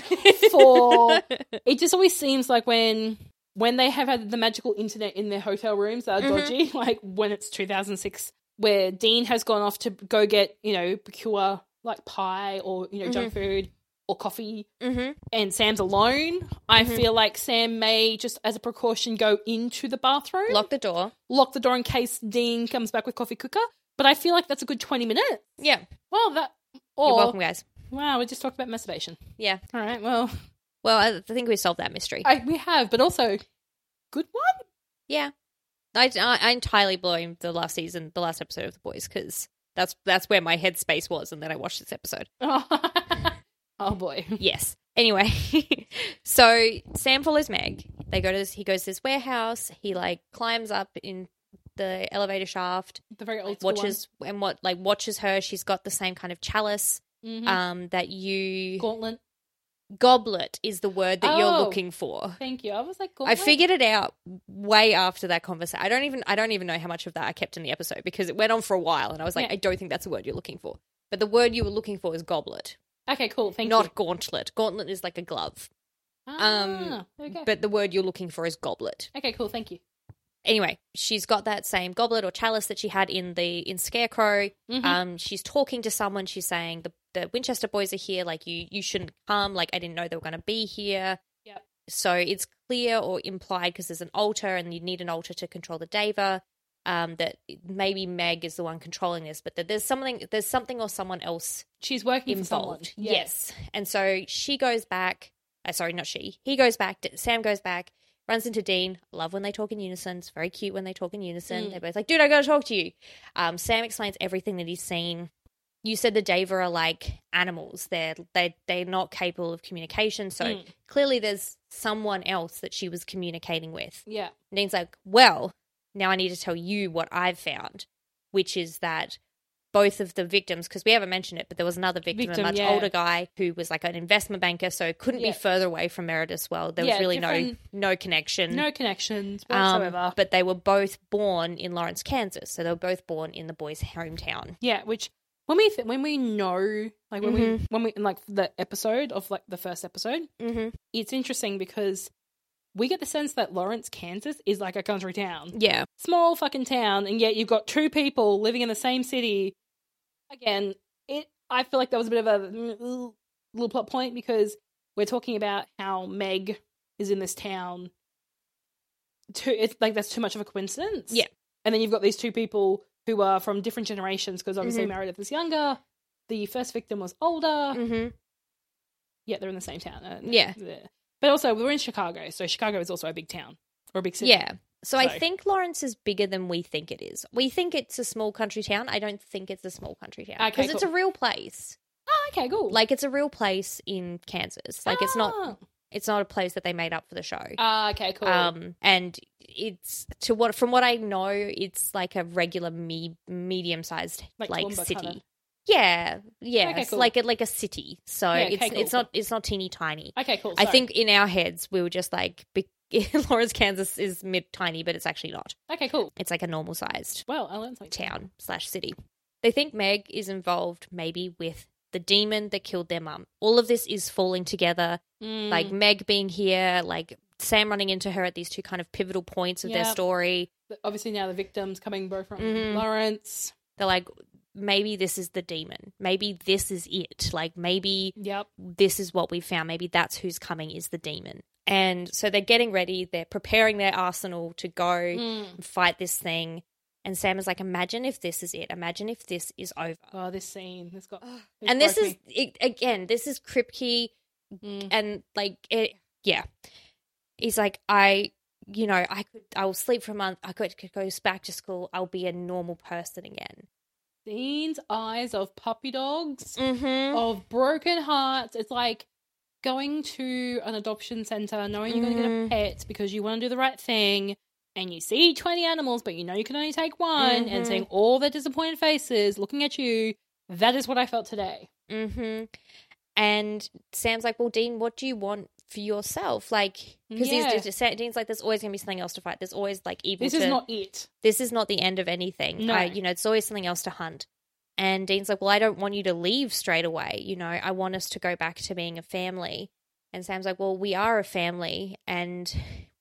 Speaker 2: for it just always seems like when when they have had the magical internet in their hotel rooms that are
Speaker 1: Mhm.
Speaker 2: dodgy, like when it's 2006, where Dean has gone off to go get you know procure like pie or you know
Speaker 1: Mm-hmm.
Speaker 2: junk food or coffee,
Speaker 1: hmm
Speaker 2: and Sam's alone. I
Speaker 1: Mhm.
Speaker 2: feel like Sam may just as a precaution go into the bathroom,
Speaker 1: Lock the door.
Speaker 2: lock the door in case Dean comes back with coffee cooker. But I feel like that's a good 20 minutes.
Speaker 1: Yeah,
Speaker 2: Well, that
Speaker 1: you're
Speaker 2: or
Speaker 1: welcome, guys.
Speaker 2: wow, we just talked about masturbation.
Speaker 1: Yeah.
Speaker 2: All right, well.
Speaker 1: Well, I think we solved that mystery.
Speaker 2: I, we have, but also good one.
Speaker 1: Yeah, I, I, I entirely blame the last season, the last episode of The Boys, because that's that's where my headspace was, and then I watched this episode.
Speaker 2: Oh, boy.
Speaker 1: Yes. Anyway, so Sam follows Meg. They go to this. He goes to this warehouse. He like climbs up in the elevator shaft,
Speaker 2: Oh, The very old school
Speaker 1: watches and what like watches her. She's got the same kind of chalice.
Speaker 2: one. Mhm.
Speaker 1: Um, that you
Speaker 2: gauntlet.
Speaker 1: goblet is the word that you're
Speaker 2: Oh.
Speaker 1: looking for.
Speaker 2: Thank you. I was like
Speaker 1: I
Speaker 2: gauntlet.
Speaker 1: figured it out way after that conversation. I don't even I don't even know how much of that I kept in the episode because it went on for a while and I was like,
Speaker 2: Yeah.
Speaker 1: I don't think that's the word you're looking for. But the word you were looking for is goblet,
Speaker 2: Okay, cool. Thank
Speaker 1: not
Speaker 2: you.
Speaker 1: gauntlet. Gauntlet is like a glove,
Speaker 2: Ah, there we go.
Speaker 1: um, but the word you're looking for is goblet.
Speaker 2: okay, cool. Thank you.
Speaker 1: Anyway, she's got that same goblet or chalice that she had in the in Scarecrow.
Speaker 2: Mhm.
Speaker 1: Um, she's talking to someone. She's saying the the Winchester boys are here. Like you, you shouldn't come. Like I didn't know they were going to be here.
Speaker 2: Yep.
Speaker 1: So it's clear or implied because there's an altar and you need an altar to control the Deva. Um, that maybe Meg is the one controlling this, but that there's something, there's something or someone else
Speaker 2: She's working for someone.
Speaker 1: involved. Yes. And so she goes back. Uh, sorry, not she. He goes back. D- Sam goes back. Runs into Dean. Love when they talk in unison. It's very cute when they talk in unison.
Speaker 2: Mm.
Speaker 1: They're both like, "Dude, I gotta talk to you." Um, Sam explains everything that he's seen. You said the Dava are like animals. They're they they're not capable of communication. So
Speaker 2: Mm.
Speaker 1: clearly, there's someone else that she was communicating with.
Speaker 2: Yeah.
Speaker 1: And Dean's like, well, now I need to tell you what I've found, which is that both of the victims, because we haven't mentioned it, but there was another victim,
Speaker 2: Victim,
Speaker 1: a much
Speaker 2: yeah.
Speaker 1: older guy who was like an investment banker, so couldn't be
Speaker 2: Yeah.
Speaker 1: further away from Meredith's world. There
Speaker 2: Yeah,
Speaker 1: was really no
Speaker 2: different-
Speaker 1: no connection.
Speaker 2: No connections
Speaker 1: Mm-hmm. Um,
Speaker 2: whatsoever.
Speaker 1: but they were both born in Lawrence, Kansas, so they were both born in the boy's hometown.
Speaker 2: yeah, which when we th- when we know like when we
Speaker 1: Mhm.
Speaker 2: when we like the episode of like the first episode,
Speaker 1: Mm-hmm.
Speaker 2: it's interesting because we get the sense that Lawrence, Kansas, is like a country town.
Speaker 1: Yeah,
Speaker 2: small fucking town, and yet you've got two people living in the same city. Again, it I feel like that was a bit of a mm, little plot point because we're talking about how Meg is in this town. Too, it's like that's too much of a coincidence.
Speaker 1: Yeah.
Speaker 2: and then you've got these two people who are from different generations because
Speaker 1: Mm-hmm.
Speaker 2: obviously Meredith is younger. The first victim was older.
Speaker 1: hmm
Speaker 2: Yet they're in the same town. Uh,
Speaker 1: Yeah.
Speaker 2: but also we were in Chicago, so Chicago is also a big town or a big city.
Speaker 1: yeah. So I
Speaker 2: So-
Speaker 1: think Lawrence is bigger than we think it is. We think it's a small country town. I don't think it's a small country town
Speaker 2: Okay,
Speaker 1: because it's a
Speaker 2: cool.
Speaker 1: real place.
Speaker 2: Oh, okay, cool.
Speaker 1: like it's a real place in Kansas. Like it's not
Speaker 2: Ah.
Speaker 1: it's not a place that they made up for the show.
Speaker 2: Ah, okay, cool.
Speaker 1: Um, and it's to what from what I know, it's like a regular me, medium sized
Speaker 2: Like
Speaker 1: like,
Speaker 2: Toowoomba
Speaker 1: city.
Speaker 2: kinda.
Speaker 1: Yeah, yeah,
Speaker 2: Okay,
Speaker 1: it's
Speaker 2: cool.
Speaker 1: like a, like a city. So
Speaker 2: Yeah,
Speaker 1: it's
Speaker 2: okay, cool,
Speaker 1: it's not it's not teeny tiny.
Speaker 2: okay, cool.
Speaker 1: I
Speaker 2: sorry.
Speaker 1: think in our heads we were just like be- Lawrence, Kansas is mid tiny, but it's actually not.
Speaker 2: Okay, cool.
Speaker 1: It's like a normal sized
Speaker 2: Well, I learned something.
Speaker 1: town slash city. They think Meg is involved maybe with the demon that killed their mum. All of this is falling together.
Speaker 2: Mm.
Speaker 1: Like Meg being here, like Sam running into her at these two kind of pivotal points of their
Speaker 2: Yep.
Speaker 1: story.
Speaker 2: But obviously now the victims coming both from
Speaker 1: Mhm.
Speaker 2: Lawrence.
Speaker 1: They're like, maybe this is the demon. Maybe this is it. Like maybe
Speaker 2: Yep.
Speaker 1: this is what we found. Maybe that's who's coming is the demon. And so they're getting ready. They're preparing their arsenal to go
Speaker 2: Mm.
Speaker 1: and fight this thing. And Sam is like, imagine if this is it. Imagine if this is over.
Speaker 2: Oh, this scene. This got. this
Speaker 1: Ah, and this
Speaker 2: broke
Speaker 1: is it, again, this is Kripke,
Speaker 2: me. Mm.
Speaker 1: and like it, yeah. He's like, I, you know, I could, I will sleep for a month. I could, could go back to school. I'll be a normal person again.
Speaker 2: Dean's eyes of puppy dogs
Speaker 1: Mm-hmm.
Speaker 2: of broken hearts. It's like going to an adoption center, knowing you're going to
Speaker 1: Mhm.
Speaker 2: get a pet because you want to do the right thing, and you see 20 animals, but you know you can only take one, and
Speaker 1: Mhm.
Speaker 2: seeing all their disappointed faces looking at you. That is what I felt today.
Speaker 1: Mm-hmm. And Sam's like, well, Dean, what do you want for yourself? Like, because
Speaker 2: Yeah.
Speaker 1: he's just, Dean's like, there's always going to be something else to fight. There's always like evil.
Speaker 2: This
Speaker 1: to,
Speaker 2: is not it.
Speaker 1: this is not the end of anything.
Speaker 2: No.
Speaker 1: I, you know, it's always something else to hunt. And Dean's like, well, I don't want you to leave straight away. You know, I want us to go back to being a family. And Sam's like, well, we are a family, and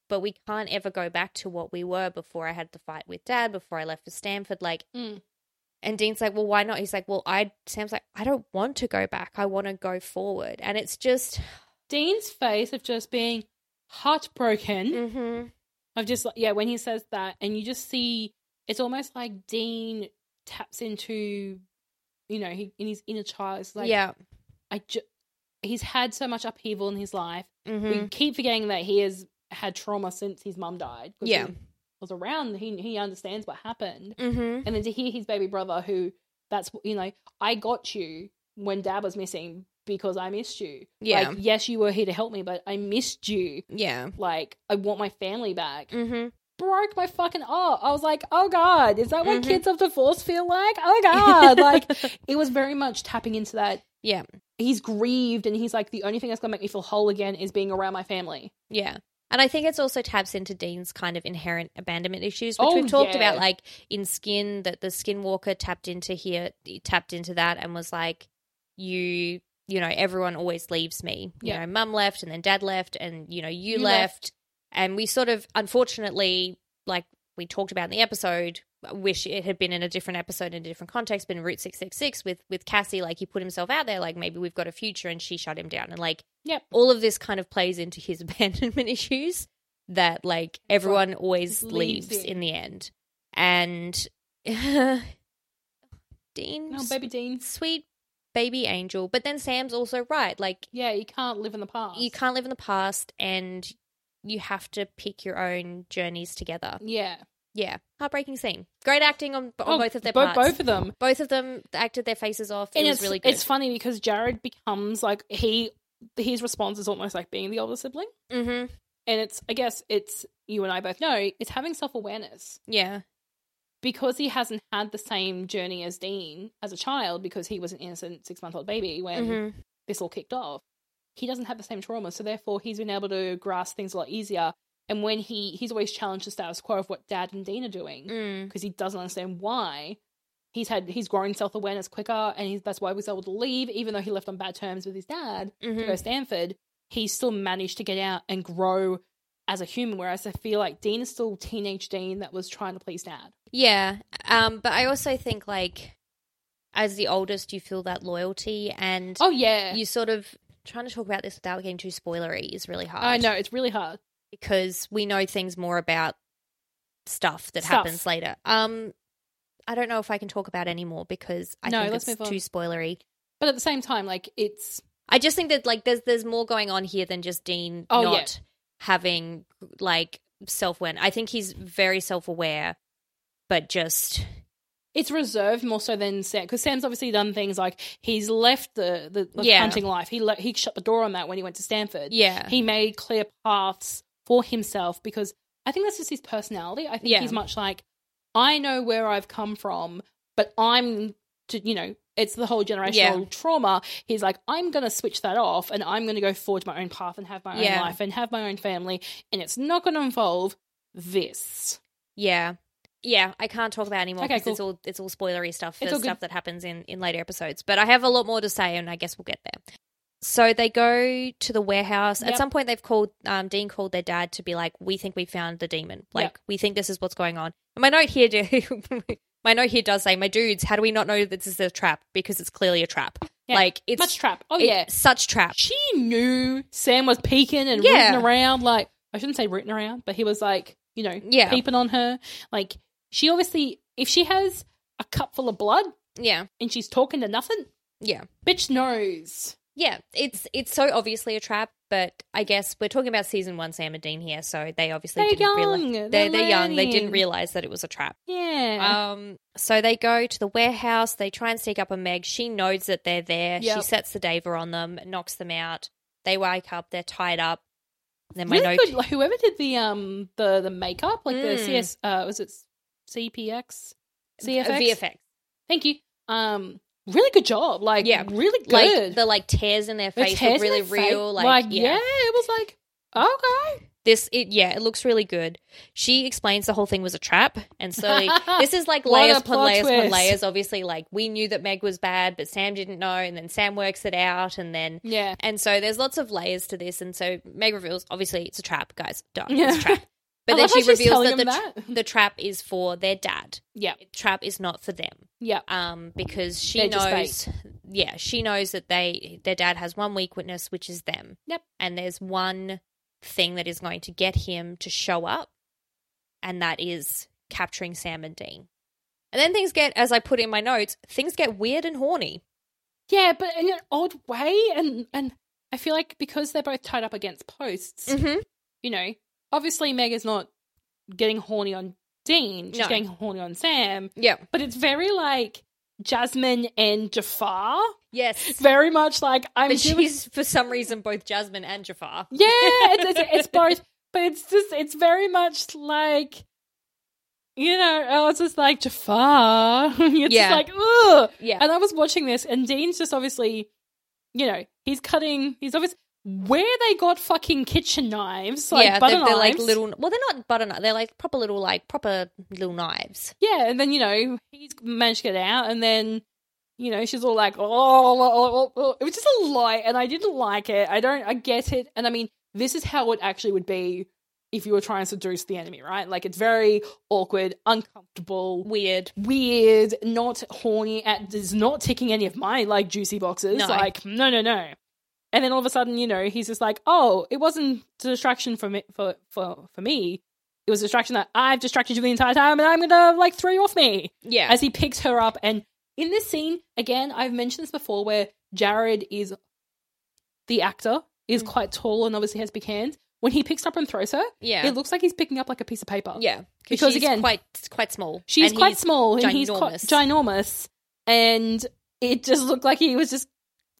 Speaker 1: but we can't ever go back to what we were before I had the fight with Dad, before I left for Stanford. Like,
Speaker 2: Mm.
Speaker 1: and Dean's like, well, why not? He's like, well, I. Sam's like, I don't want to go back. I want to go forward. And it's just,
Speaker 2: Dean's face of just being heartbroken.
Speaker 1: mm-hmm,
Speaker 2: I've just like yeah, when he says that, and you just see it's almost like Dean taps into, you know, he in his inner child. It's like
Speaker 1: yeah,
Speaker 2: I ju- he's had so much upheaval in his life.
Speaker 1: mm-hmm,
Speaker 2: We keep forgetting that he has had trauma since his mum died. 'cause
Speaker 1: Yeah.
Speaker 2: he was around. He he understands what happened,
Speaker 1: mm-hmm,
Speaker 2: and then to hear his baby brother, who that's you know, I got you when Dad was missing because I missed you.
Speaker 1: Yeah.
Speaker 2: like, yes, you were here to help me, but I missed you.
Speaker 1: yeah,
Speaker 2: Like I want my family back
Speaker 1: mm-hmm.
Speaker 2: broke my fucking heart. I was like, oh God, is that what
Speaker 1: Mhm.
Speaker 2: kids of divorce feel like? Oh God. like, it was very much tapping into that.
Speaker 1: Yeah.
Speaker 2: He's grieved and he's like, the only thing that's going to make me feel whole again is being around my family.
Speaker 1: Yeah. And I think it's also taps into Dean's kind of inherent abandonment issues, which
Speaker 2: Oh,
Speaker 1: we've talked
Speaker 2: yeah.
Speaker 1: about, like in Skin, that the Skinwalker tapped into here, tapped into that, and was like, "You, you know, everyone always leaves me. You
Speaker 2: Yeah.
Speaker 1: know, Mum left, and then Dad left, and you know, you,
Speaker 2: You
Speaker 1: left.
Speaker 2: left.
Speaker 1: and we sort of, unfortunately, like we talked about in the episode, wish it had been in a different episode in a different context, been Route Six Six Six with with Cassie, like he put himself out there, like maybe we've got a future, and she shut him down, and like
Speaker 2: Yep.
Speaker 1: all of this kind of plays into his abandonment issues that like everyone always
Speaker 2: Just
Speaker 1: leaves,
Speaker 2: leaves you.
Speaker 1: in the end. And Dean,
Speaker 2: No, baby Dean.
Speaker 1: sweet baby angel. But then Sam's also right. Like
Speaker 2: Yeah, you can't live in the past.
Speaker 1: you can't live in the past and you have to pick your own journeys together.
Speaker 2: Yeah.
Speaker 1: Yeah. Heartbreaking scene. Great acting on, on
Speaker 2: Oh,
Speaker 1: both of their
Speaker 2: bo-
Speaker 1: parts.
Speaker 2: Both of them.
Speaker 1: Both of them acted their faces off. It
Speaker 2: and
Speaker 1: was
Speaker 2: it's
Speaker 1: really good.
Speaker 2: It's funny because Jared becomes like, he, his response is almost like being the older sibling.
Speaker 1: hmm
Speaker 2: And it's, I guess it's, you and I both know, it's having self awareness.
Speaker 1: Yeah.
Speaker 2: because he hasn't had the same journey as Dean as a child, because he was an innocent six month old baby when
Speaker 1: Mhm.
Speaker 2: this all kicked off, he doesn't have the same trauma. So therefore, he's been able to grasp things a lot easier. And when he he's always challenged the status quo of what Dad and Dean are doing
Speaker 1: Mm.
Speaker 2: because he doesn't understand why. He's had he's grown self awareness quicker, and he's, that's why he was able to leave, even though he left on bad terms with his dad to
Speaker 1: Mhm.
Speaker 2: go to Stanford. He still managed to get out and grow as a human. Whereas I feel like Dean is still teenage Dean that was trying to please Dad.
Speaker 1: Yeah. Um, but I also think like as the oldest you feel that loyalty and
Speaker 2: Oh yeah,
Speaker 1: you sort of trying to talk about this without getting too spoilery is really hard.
Speaker 2: I know it's really hard.
Speaker 1: Because we know things more about stuff that
Speaker 2: Stuff.
Speaker 1: happens later. Um I don't know if I can talk about any more because I
Speaker 2: No,
Speaker 1: think
Speaker 2: let's
Speaker 1: it's
Speaker 2: move on.
Speaker 1: too spoilery.
Speaker 2: But at the same time, like it's
Speaker 1: I just think that like there's there's more going on here than just Dean
Speaker 2: Oh, yeah.
Speaker 1: not having like self awareness. I think he's very self aware, but just
Speaker 2: it's reserved more so than Sam because Sam's obviously done things like he's left the the, the
Speaker 1: Yeah.
Speaker 2: hunting life. He le- he shut the door on that when he went to Stanford.
Speaker 1: yeah.
Speaker 2: He made clear paths for himself because I think that's just his personality. I think
Speaker 1: Yeah.
Speaker 2: he's much like I know where I've come from, but I'm to you know it's the whole generational
Speaker 1: Yeah.
Speaker 2: trauma. He's like I'm going to switch that off and I'm going to go forge my own path and have my own
Speaker 1: Yeah.
Speaker 2: life and have my own family, and it's not going to involve this.
Speaker 1: Yeah. yeah, I can't talk about it anymore
Speaker 2: Okay,
Speaker 1: because it's all it's all spoilery stuff.
Speaker 2: It's
Speaker 1: There's
Speaker 2: all good.
Speaker 1: stuff that happens in in later episodes, but I have a lot more to say, and I guess we'll get there. So they go to the warehouse. At
Speaker 2: Yep.
Speaker 1: some point, they've called um, Dean called their dad to be like, "We think we found the demon. Like,
Speaker 2: Yep.
Speaker 1: we think this is what's going on." And my note here, do- my note here does say, "My dudes, how do we not know that this is a trap? Because it's clearly a trap.
Speaker 2: Yeah.
Speaker 1: Like, it's
Speaker 2: Much trap. Oh
Speaker 1: it-
Speaker 2: yeah,
Speaker 1: such trap.
Speaker 2: she knew Sam was peeking and
Speaker 1: Yeah.
Speaker 2: rooting around. Like I shouldn't say rooting around, but he was like, you know,
Speaker 1: Yeah.
Speaker 2: peeping on her. Like she obviously, if she has a cup full of blood
Speaker 1: Yeah,
Speaker 2: and she's talking to nothing,
Speaker 1: yeah."
Speaker 2: bitch knows.
Speaker 1: Yeah, it's it's so obviously a trap, but I guess we're talking about season one Sam and Dean here, so they obviously
Speaker 2: They're
Speaker 1: didn't
Speaker 2: young,
Speaker 1: realize
Speaker 2: they're
Speaker 1: they're, they're young. They
Speaker 2: learning.
Speaker 1: didn't realize that it was a trap.
Speaker 2: Yeah.
Speaker 1: Um, so they go to the warehouse. They try and sneak up on Meg. She knows that they're there. She
Speaker 2: Yep.
Speaker 1: sets the Dava on them, knocks them out. They wake up. They're tied up. Then my
Speaker 2: really
Speaker 1: note,
Speaker 2: good. Like, whoever did the um the the makeup, like
Speaker 1: Mm.
Speaker 2: the CS, uh, was it CPX, CFX?
Speaker 1: VFX,
Speaker 2: Thank you. Um, really good job. Like,
Speaker 1: Yeah.
Speaker 2: really good.
Speaker 1: like the like tears in their
Speaker 2: The
Speaker 1: face
Speaker 2: tears
Speaker 1: look
Speaker 2: in
Speaker 1: really
Speaker 2: the face-
Speaker 1: real. Like,
Speaker 2: yeah. it was like okay.
Speaker 1: this it yeah it looks really good she explains the whole thing was a trap and so like, this is like
Speaker 2: What a
Speaker 1: layers upon
Speaker 2: plot
Speaker 1: layers upon
Speaker 2: twist.
Speaker 1: layers obviously like we knew that meg was bad but sam didn't know and then sam works it out and then
Speaker 2: Yeah,
Speaker 1: and so there's lots of layers to this and so meg reveals obviously it's a trap guys duh,
Speaker 2: Yeah.
Speaker 1: it's a trap but
Speaker 2: I
Speaker 1: then
Speaker 2: love how
Speaker 1: she
Speaker 2: she's
Speaker 1: reveals
Speaker 2: telling
Speaker 1: that the,
Speaker 2: him
Speaker 1: tra-
Speaker 2: that.
Speaker 1: the trap is for their dad
Speaker 2: yeah,
Speaker 1: trap is not for them
Speaker 2: yeah.
Speaker 1: um, because she
Speaker 2: They're just
Speaker 1: knows, yeah, she knows that they their dad has one weak witness, which is them.
Speaker 2: Yep.
Speaker 1: And there's one thing that is going to get him to show up, and that is capturing Sam and Dean. And then things get, as I put in my notes, things get weird and horny.
Speaker 2: Yeah, but in an odd way, and and I feel like because they're both tied up against posts,
Speaker 1: Mm-hmm.
Speaker 2: you know, obviously Meg is not getting horny on Dean; she's
Speaker 1: No.
Speaker 2: getting horny on Sam.
Speaker 1: Yeah.
Speaker 2: But it's very like Jasmine and Jafar,
Speaker 1: Yes.
Speaker 2: very much like I'm.
Speaker 1: But
Speaker 2: doing-
Speaker 1: she's for some reason both Jasmine and Jafar.
Speaker 2: yeah, it's, it's, it's both, but it's just it's very much like. You know, I was just like Jafar. it's
Speaker 1: Yeah.
Speaker 2: just like, ugh.
Speaker 1: Yeah.
Speaker 2: And I was watching this, and Dean's just obviously, you know, he's cutting. He's obviously where they got fucking kitchen knives, like
Speaker 1: yeah,
Speaker 2: butter
Speaker 1: they're, they're like
Speaker 2: knives.
Speaker 1: little. Well, they're not butter knives. They're like proper little, like proper little knives.
Speaker 2: Yeah, and then you know he's managed to get out, and then you know she's all like, oh, oh, oh, oh." it was just a lie, and I didn't like it. I don't, I get it, and I mean, this is how it actually would be if you were trying to seduce the enemy, right? Like it's very awkward, uncomfortable,
Speaker 1: Weird.
Speaker 2: weird, not horny. At is not ticking any of my like juicy boxes.
Speaker 1: No.
Speaker 2: Like no, no, no. And then all of a sudden, you know, he's just like, oh, it wasn't a distraction for me for for for me. It was a distraction that I've distracted you the entire time, and I'm gonna like throw you off me
Speaker 1: Yeah.
Speaker 2: as he picks her up. And in this scene, again, I've mentioned this before, where Jared is the actor is
Speaker 1: Mhm.
Speaker 2: quite tall and obviously has big hands. When he picks her up and throws her,
Speaker 1: yeah.
Speaker 2: it looks like he's picking up like a piece of paper.
Speaker 1: Yeah,
Speaker 2: Because
Speaker 1: she's
Speaker 2: again-
Speaker 1: quite quite small.
Speaker 2: she's
Speaker 1: And
Speaker 2: quite
Speaker 1: he's-
Speaker 2: small and he's quite ginormous, and it just looked like he was just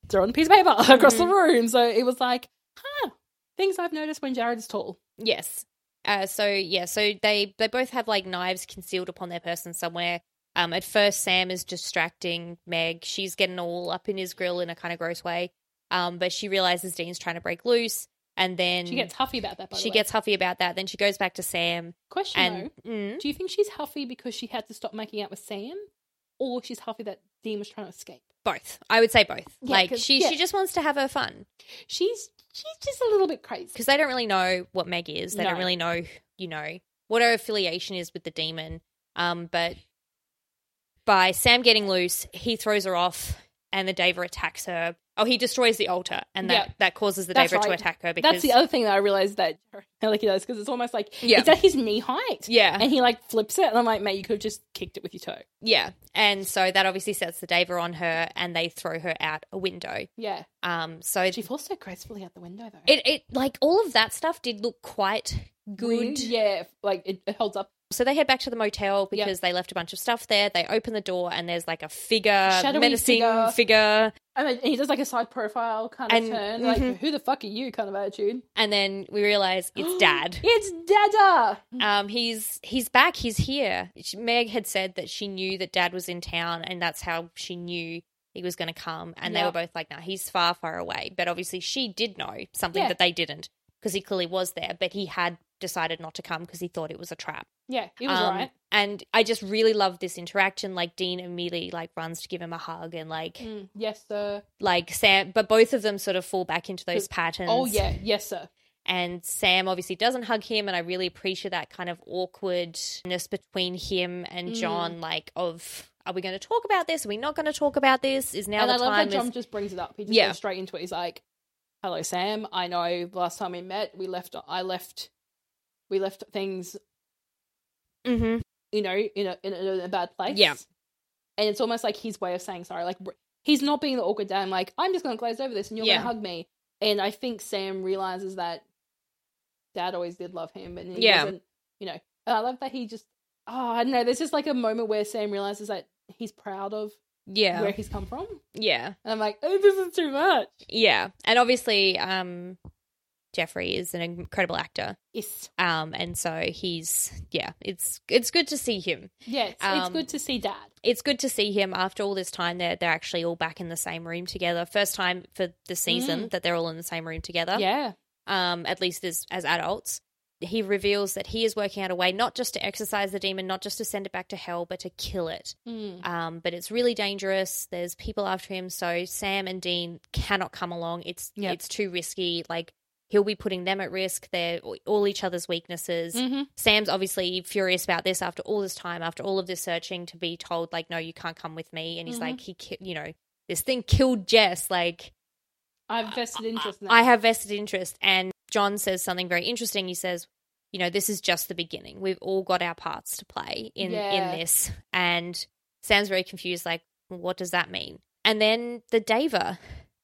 Speaker 2: throwing a piece of paper across
Speaker 1: Mm-hmm.
Speaker 2: the room. So it was like, huh, things I've noticed when Jared's tall.
Speaker 1: Yes. Uh, so yeah, so they they both have like knives concealed upon their person somewhere. Um, at first, Sam is distracting Meg. She's getting all up in his grill in a kind of gross way. Um, but she realizes Dean's trying to break loose, and then
Speaker 2: She gets huffy about that. By
Speaker 1: Mm. she
Speaker 2: the way.
Speaker 1: gets huffy about that. Then she goes back to Sam,
Speaker 2: question
Speaker 1: and mm,
Speaker 2: though. Do you think she's huffy because she had to stop making out with Sam, or she's huffy that Dean was trying to escape?
Speaker 1: both. I would say both.
Speaker 2: Yeah,
Speaker 1: like
Speaker 2: 'cause-
Speaker 1: she
Speaker 2: yeah.
Speaker 1: she just wants to have her fun
Speaker 2: She's she's just a little bit crazy.
Speaker 1: because they don't really know what Meg is. They
Speaker 2: No.
Speaker 1: don't really know, you know, what her affiliation is with the demon. Um, but by Sam getting loose, he throws her off, and the Dava attacks her. Oh, he destroys the altar, and that,
Speaker 2: Yeah.
Speaker 1: that causes the
Speaker 2: That's
Speaker 1: Dava to
Speaker 2: right.
Speaker 1: attack her because
Speaker 2: That's the other thing that I realized that Maliki does because it's almost like
Speaker 1: Yeah.
Speaker 2: it's at his knee height.
Speaker 1: yeah,
Speaker 2: And he like flips it, and I'm like, mate, you could have just kicked it with your toe.
Speaker 1: yeah, and so that obviously sets the Dava on her, and they throw her out a window.
Speaker 2: Yeah.
Speaker 1: Um, so it,
Speaker 2: She falls so gracefully out the window, though.
Speaker 1: it like all of that stuff did look quite good.
Speaker 2: Yeah, like it, it holds up.
Speaker 1: So they head back to the motel
Speaker 2: Yep.
Speaker 1: because they left a bunch of stuff there. They open the door and there's like a figure,
Speaker 2: Shadowy
Speaker 1: menacing
Speaker 2: figure.
Speaker 1: figure.
Speaker 2: And, then- and he does like a side profile kind of
Speaker 1: And-
Speaker 2: turn, like,
Speaker 1: mhm.
Speaker 2: who the fuck are you kind of attitude.
Speaker 1: And then we realize it's dad.
Speaker 2: it's Dada.
Speaker 1: Um, he's he's back. He's here. She- Meg had said that she knew that dad was in town, and that's how she knew he was going to come. And they
Speaker 2: Yeah.
Speaker 1: were both like, "No, he's far, far away." But obviously, she did know something
Speaker 2: Yeah.
Speaker 1: that they didn't because he clearly was there. But he had decided not to come because he thought it was a trap.
Speaker 2: Yeah, he was
Speaker 1: Um,
Speaker 2: right.
Speaker 1: And I just really love this interaction. Like Dean immediately like runs to give him a hug and like
Speaker 2: Mm, yes, sir.
Speaker 1: like Sam but both of them sort of fall back into those patterns.
Speaker 2: Oh, yeah, yes, sir.
Speaker 1: And Sam obviously doesn't hug him and I really appreciate that kind of awkwardness between him and
Speaker 2: Mm.
Speaker 1: John, like of are we gonna talk about this? Are we not gonna talk about this? Is now
Speaker 2: and
Speaker 1: the
Speaker 2: I love
Speaker 1: time
Speaker 2: that John
Speaker 1: is-
Speaker 2: just brings it up. He just
Speaker 1: Yeah.
Speaker 2: goes straight into it. He's like, "Hello, Sam. I know the last time we met, we left. I left. We left things,
Speaker 1: Mhm.
Speaker 2: you know, in a in a, in a bad place.
Speaker 1: Yeah.
Speaker 2: And it's almost like his way of saying sorry. Like br- he's not being the awkward dad. I'm like, I'm just going to glaze over this, and you're
Speaker 1: Yeah.
Speaker 2: going to hug me. And I think Sam realizes that dad always did love him, and he
Speaker 1: Yeah.
Speaker 2: wasn't, you know. And I love that he just. Oh, I don't know. There's just like a moment where Sam realizes that he's proud of
Speaker 1: Yeah.
Speaker 2: where he's come from,
Speaker 1: Yeah.
Speaker 2: and I'm like, oh, this is too much.
Speaker 1: Yeah. And obviously, um, Jeffrey is an incredible actor.
Speaker 2: Yes.
Speaker 1: Um, and so he's yeah, it's it's good to see him.
Speaker 2: Yeah, it's, it's
Speaker 1: Um,
Speaker 2: good to see dad.
Speaker 1: It's good to see him after all this time they're they're actually all back in the same room together. First time for the season that they're all in the same room together.
Speaker 2: Mm. yeah.
Speaker 1: Um, at least as as adults. He reveals that he is working out a way not just to exercise the demon, not just to send it back to hell, but to kill it.
Speaker 2: Mm.
Speaker 1: Um, but it's really dangerous. There's people after him, so Sam and Dean cannot come along. It's
Speaker 2: Yep.
Speaker 1: it's too risky. Like he'll be putting them at risk. They're all each other's weaknesses.
Speaker 2: Mm-hmm.
Speaker 1: Sam's obviously furious about this after all this time, after all of this searching, to be told like, no, you can't come with me. And he's
Speaker 2: Mhm.
Speaker 1: like, he, ki- you know, this thing killed Jess. Like
Speaker 2: I have vested interest in that.
Speaker 1: I have vested interest. And John says something very interesting. He says, you know, this is just the beginning. We've all got our parts to play in
Speaker 2: Yeah.
Speaker 1: in this. And Sam's very confused, like, what does that mean? And then the Dava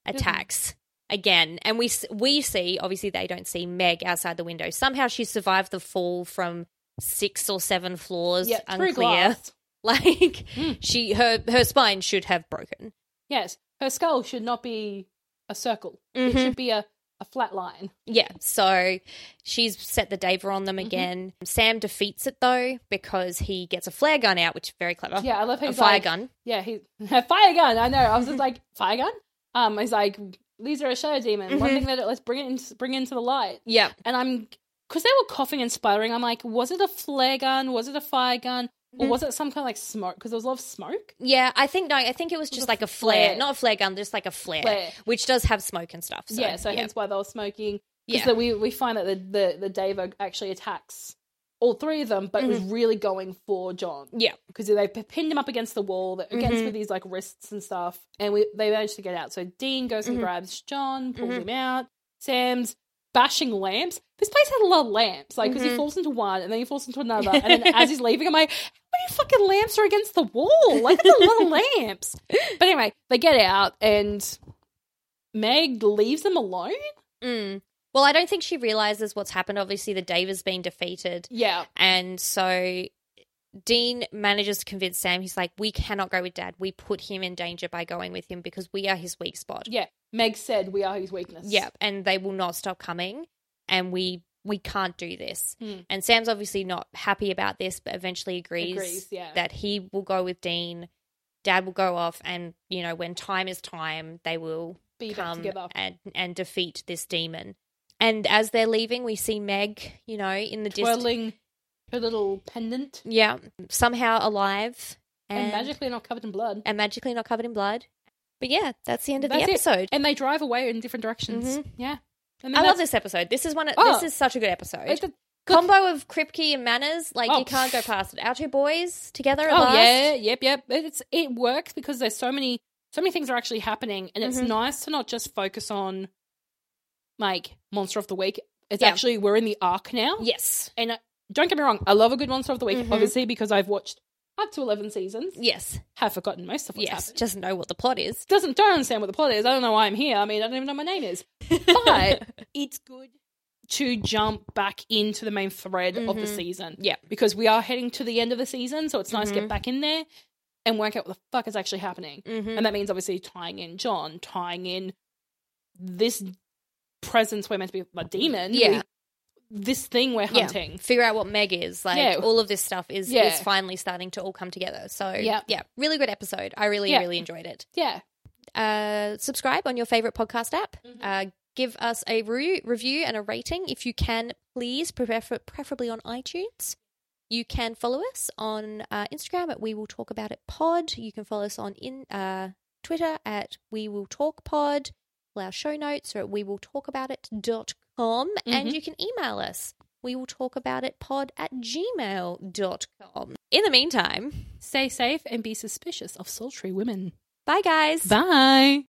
Speaker 2: Mm-hmm.
Speaker 1: attacks again, and we s- we see obviously they don't see Meg outside the window. Somehow she survived the fall from six or seven floors.
Speaker 2: yeah, through
Speaker 1: unclear.
Speaker 2: glass.
Speaker 1: Like
Speaker 2: Mm.
Speaker 1: she her her spine should have broken.
Speaker 2: Yes, her skull should not be a circle. It
Speaker 1: Mhm.
Speaker 2: should be a, a flat line.
Speaker 1: Yeah, so she's set the Dava on
Speaker 2: Mm-hmm.
Speaker 1: them again. Sam defeats it though because he gets a flare gun out, which is very clever.
Speaker 2: Yeah, I love how
Speaker 1: Ah, a
Speaker 2: he's
Speaker 1: fire
Speaker 2: like,
Speaker 1: gun.
Speaker 2: Yeah, he fire gun. I know. I was just like fire gun. Um, he's like these are a shadow demon. One
Speaker 1: Mhm.
Speaker 2: thing that it, let's bring it in, bring into the light.
Speaker 1: Yeah,
Speaker 2: And I'm because they were coughing and sputtering. I'm like, was it a flare gun? Was it a fire gun? Or
Speaker 1: Mhm.
Speaker 2: was it some kind of like smoke? Because there was a lot of smoke.
Speaker 1: yeah. I think no, I think it was just
Speaker 2: a
Speaker 1: like a flare,
Speaker 2: flare.
Speaker 1: not a flare gun, just like a flare,
Speaker 2: Flare.
Speaker 1: which does have smoke and stuff. So,
Speaker 2: yeah, so hence why they were smoking.
Speaker 1: Yeah.
Speaker 2: Because we we find that the the, the Dava actually attacks all three of them, but was
Speaker 1: Mm-hmm.
Speaker 2: really going for John
Speaker 1: yeah,
Speaker 2: because they p- pinned him up against the wall, th- against
Speaker 1: Mhm.
Speaker 2: with these like wrists and stuff, and we they managed to get out. So Dean goes and
Speaker 1: Mhm.
Speaker 2: grabs John, pulls
Speaker 1: Mhm.
Speaker 2: him out. Sam's bashing lamps. This place had a lot of lamps, like because
Speaker 1: Mhm.
Speaker 2: he falls into one and then he falls into another, and then as he's leaving, I'm like. "How many Fucking lamps are against the wall. Like there's a lot of lamps. But anyway, they get out and Meg leaves them alone.
Speaker 1: Mm. Well, I don't think she realizes what's happened. Obviously, the Dava's been defeated,
Speaker 2: Yeah.
Speaker 1: and so Dean manages to convince Sam. He's like, "We cannot go with Dad. We put him in danger by going with him because we are his weak spot."
Speaker 2: Yeah. Meg said we are his weakness.
Speaker 1: Yep, and they will not stop coming, and we we can't do this.
Speaker 2: Hmm.
Speaker 1: And Sam's obviously not happy about this, but eventually agrees,
Speaker 2: Agrees, yeah.
Speaker 1: that he will go with Dean. Dad will go off, and you know when time is time, they will
Speaker 2: Be back
Speaker 1: come
Speaker 2: together.
Speaker 1: and and defeat this demon. And as they're leaving, we see Meg, you know, in the distance,
Speaker 2: Twirling her little pendant.
Speaker 1: yeah, somehow alive and,
Speaker 2: And, magically not covered in blood.
Speaker 1: and magically not covered in blood. But yeah, that's the end of
Speaker 2: That's
Speaker 1: the
Speaker 2: it.
Speaker 1: episode.
Speaker 2: And they drive away in different directions. Yeah. And
Speaker 1: Mm-hmm. I
Speaker 2: then
Speaker 1: love
Speaker 2: that's-
Speaker 1: this episode. This is one. Of,
Speaker 2: Oh.
Speaker 1: This is such a good episode.
Speaker 2: it's a-
Speaker 1: combo of Kripke and Manners, like
Speaker 2: Oh.
Speaker 1: you can't go past it. Our two boys together at
Speaker 2: Oh
Speaker 1: last.
Speaker 2: yeah, yep, yep. It's it works because there's so many so many things are actually happening and it's
Speaker 1: Mhm.
Speaker 2: nice to not just focus on like monster of the week. It's
Speaker 1: Yeah.
Speaker 2: actually we're in the arc now.
Speaker 1: Yes.
Speaker 2: And uh, don't get me wrong, I love a good Monster of the Week,
Speaker 1: Mhm.
Speaker 2: obviously, because I've watched up to 11 seasons,
Speaker 1: Yes.
Speaker 2: have forgotten most of what's
Speaker 1: yes.
Speaker 2: happened.
Speaker 1: Just know what the plot is.
Speaker 2: Doesn't, don't understand what the plot is. I don't know why I'm here. I mean, I don't even know what my name is. But it's good to jump back into the main thread of the
Speaker 1: Mhm.
Speaker 2: season.
Speaker 1: Yeah. Mm-hmm.
Speaker 2: Because we are heading to the end of the season, so it's nice to get back in there and work out what the fuck is actually happening.
Speaker 1: Mhm.
Speaker 2: And that means obviously tying in John, tying in this presence we're meant to be a demon.
Speaker 1: Yeah.
Speaker 2: we- this thing we're
Speaker 1: Yeah.
Speaker 2: hunting.
Speaker 1: Figure out what Meg is. Like
Speaker 2: Yeah.
Speaker 1: all of this stuff is
Speaker 2: Yeah.
Speaker 1: is finally starting to all come together. So
Speaker 2: Yeah.
Speaker 1: yeah, really good episode. I really
Speaker 2: Yeah.
Speaker 1: really enjoyed it.
Speaker 2: Yeah.
Speaker 1: Uh, subscribe on your favorite podcast app. Uh, Give us a re- review and a rating if you can, please, prefer- preferably on iTunes. You can follow us on uh, Instagram at We Will Talk About It Pod. You can follow us on in uh, Twitter at We Will Talk Pod. All our show notes are at We Will Talk About It.com. And
Speaker 2: Mhm.
Speaker 1: you can email us. We will talk about it pod at gmail.com. In the meantime,
Speaker 2: Stay safe and be suspicious of sultry women.
Speaker 1: bye guys.
Speaker 2: Bye.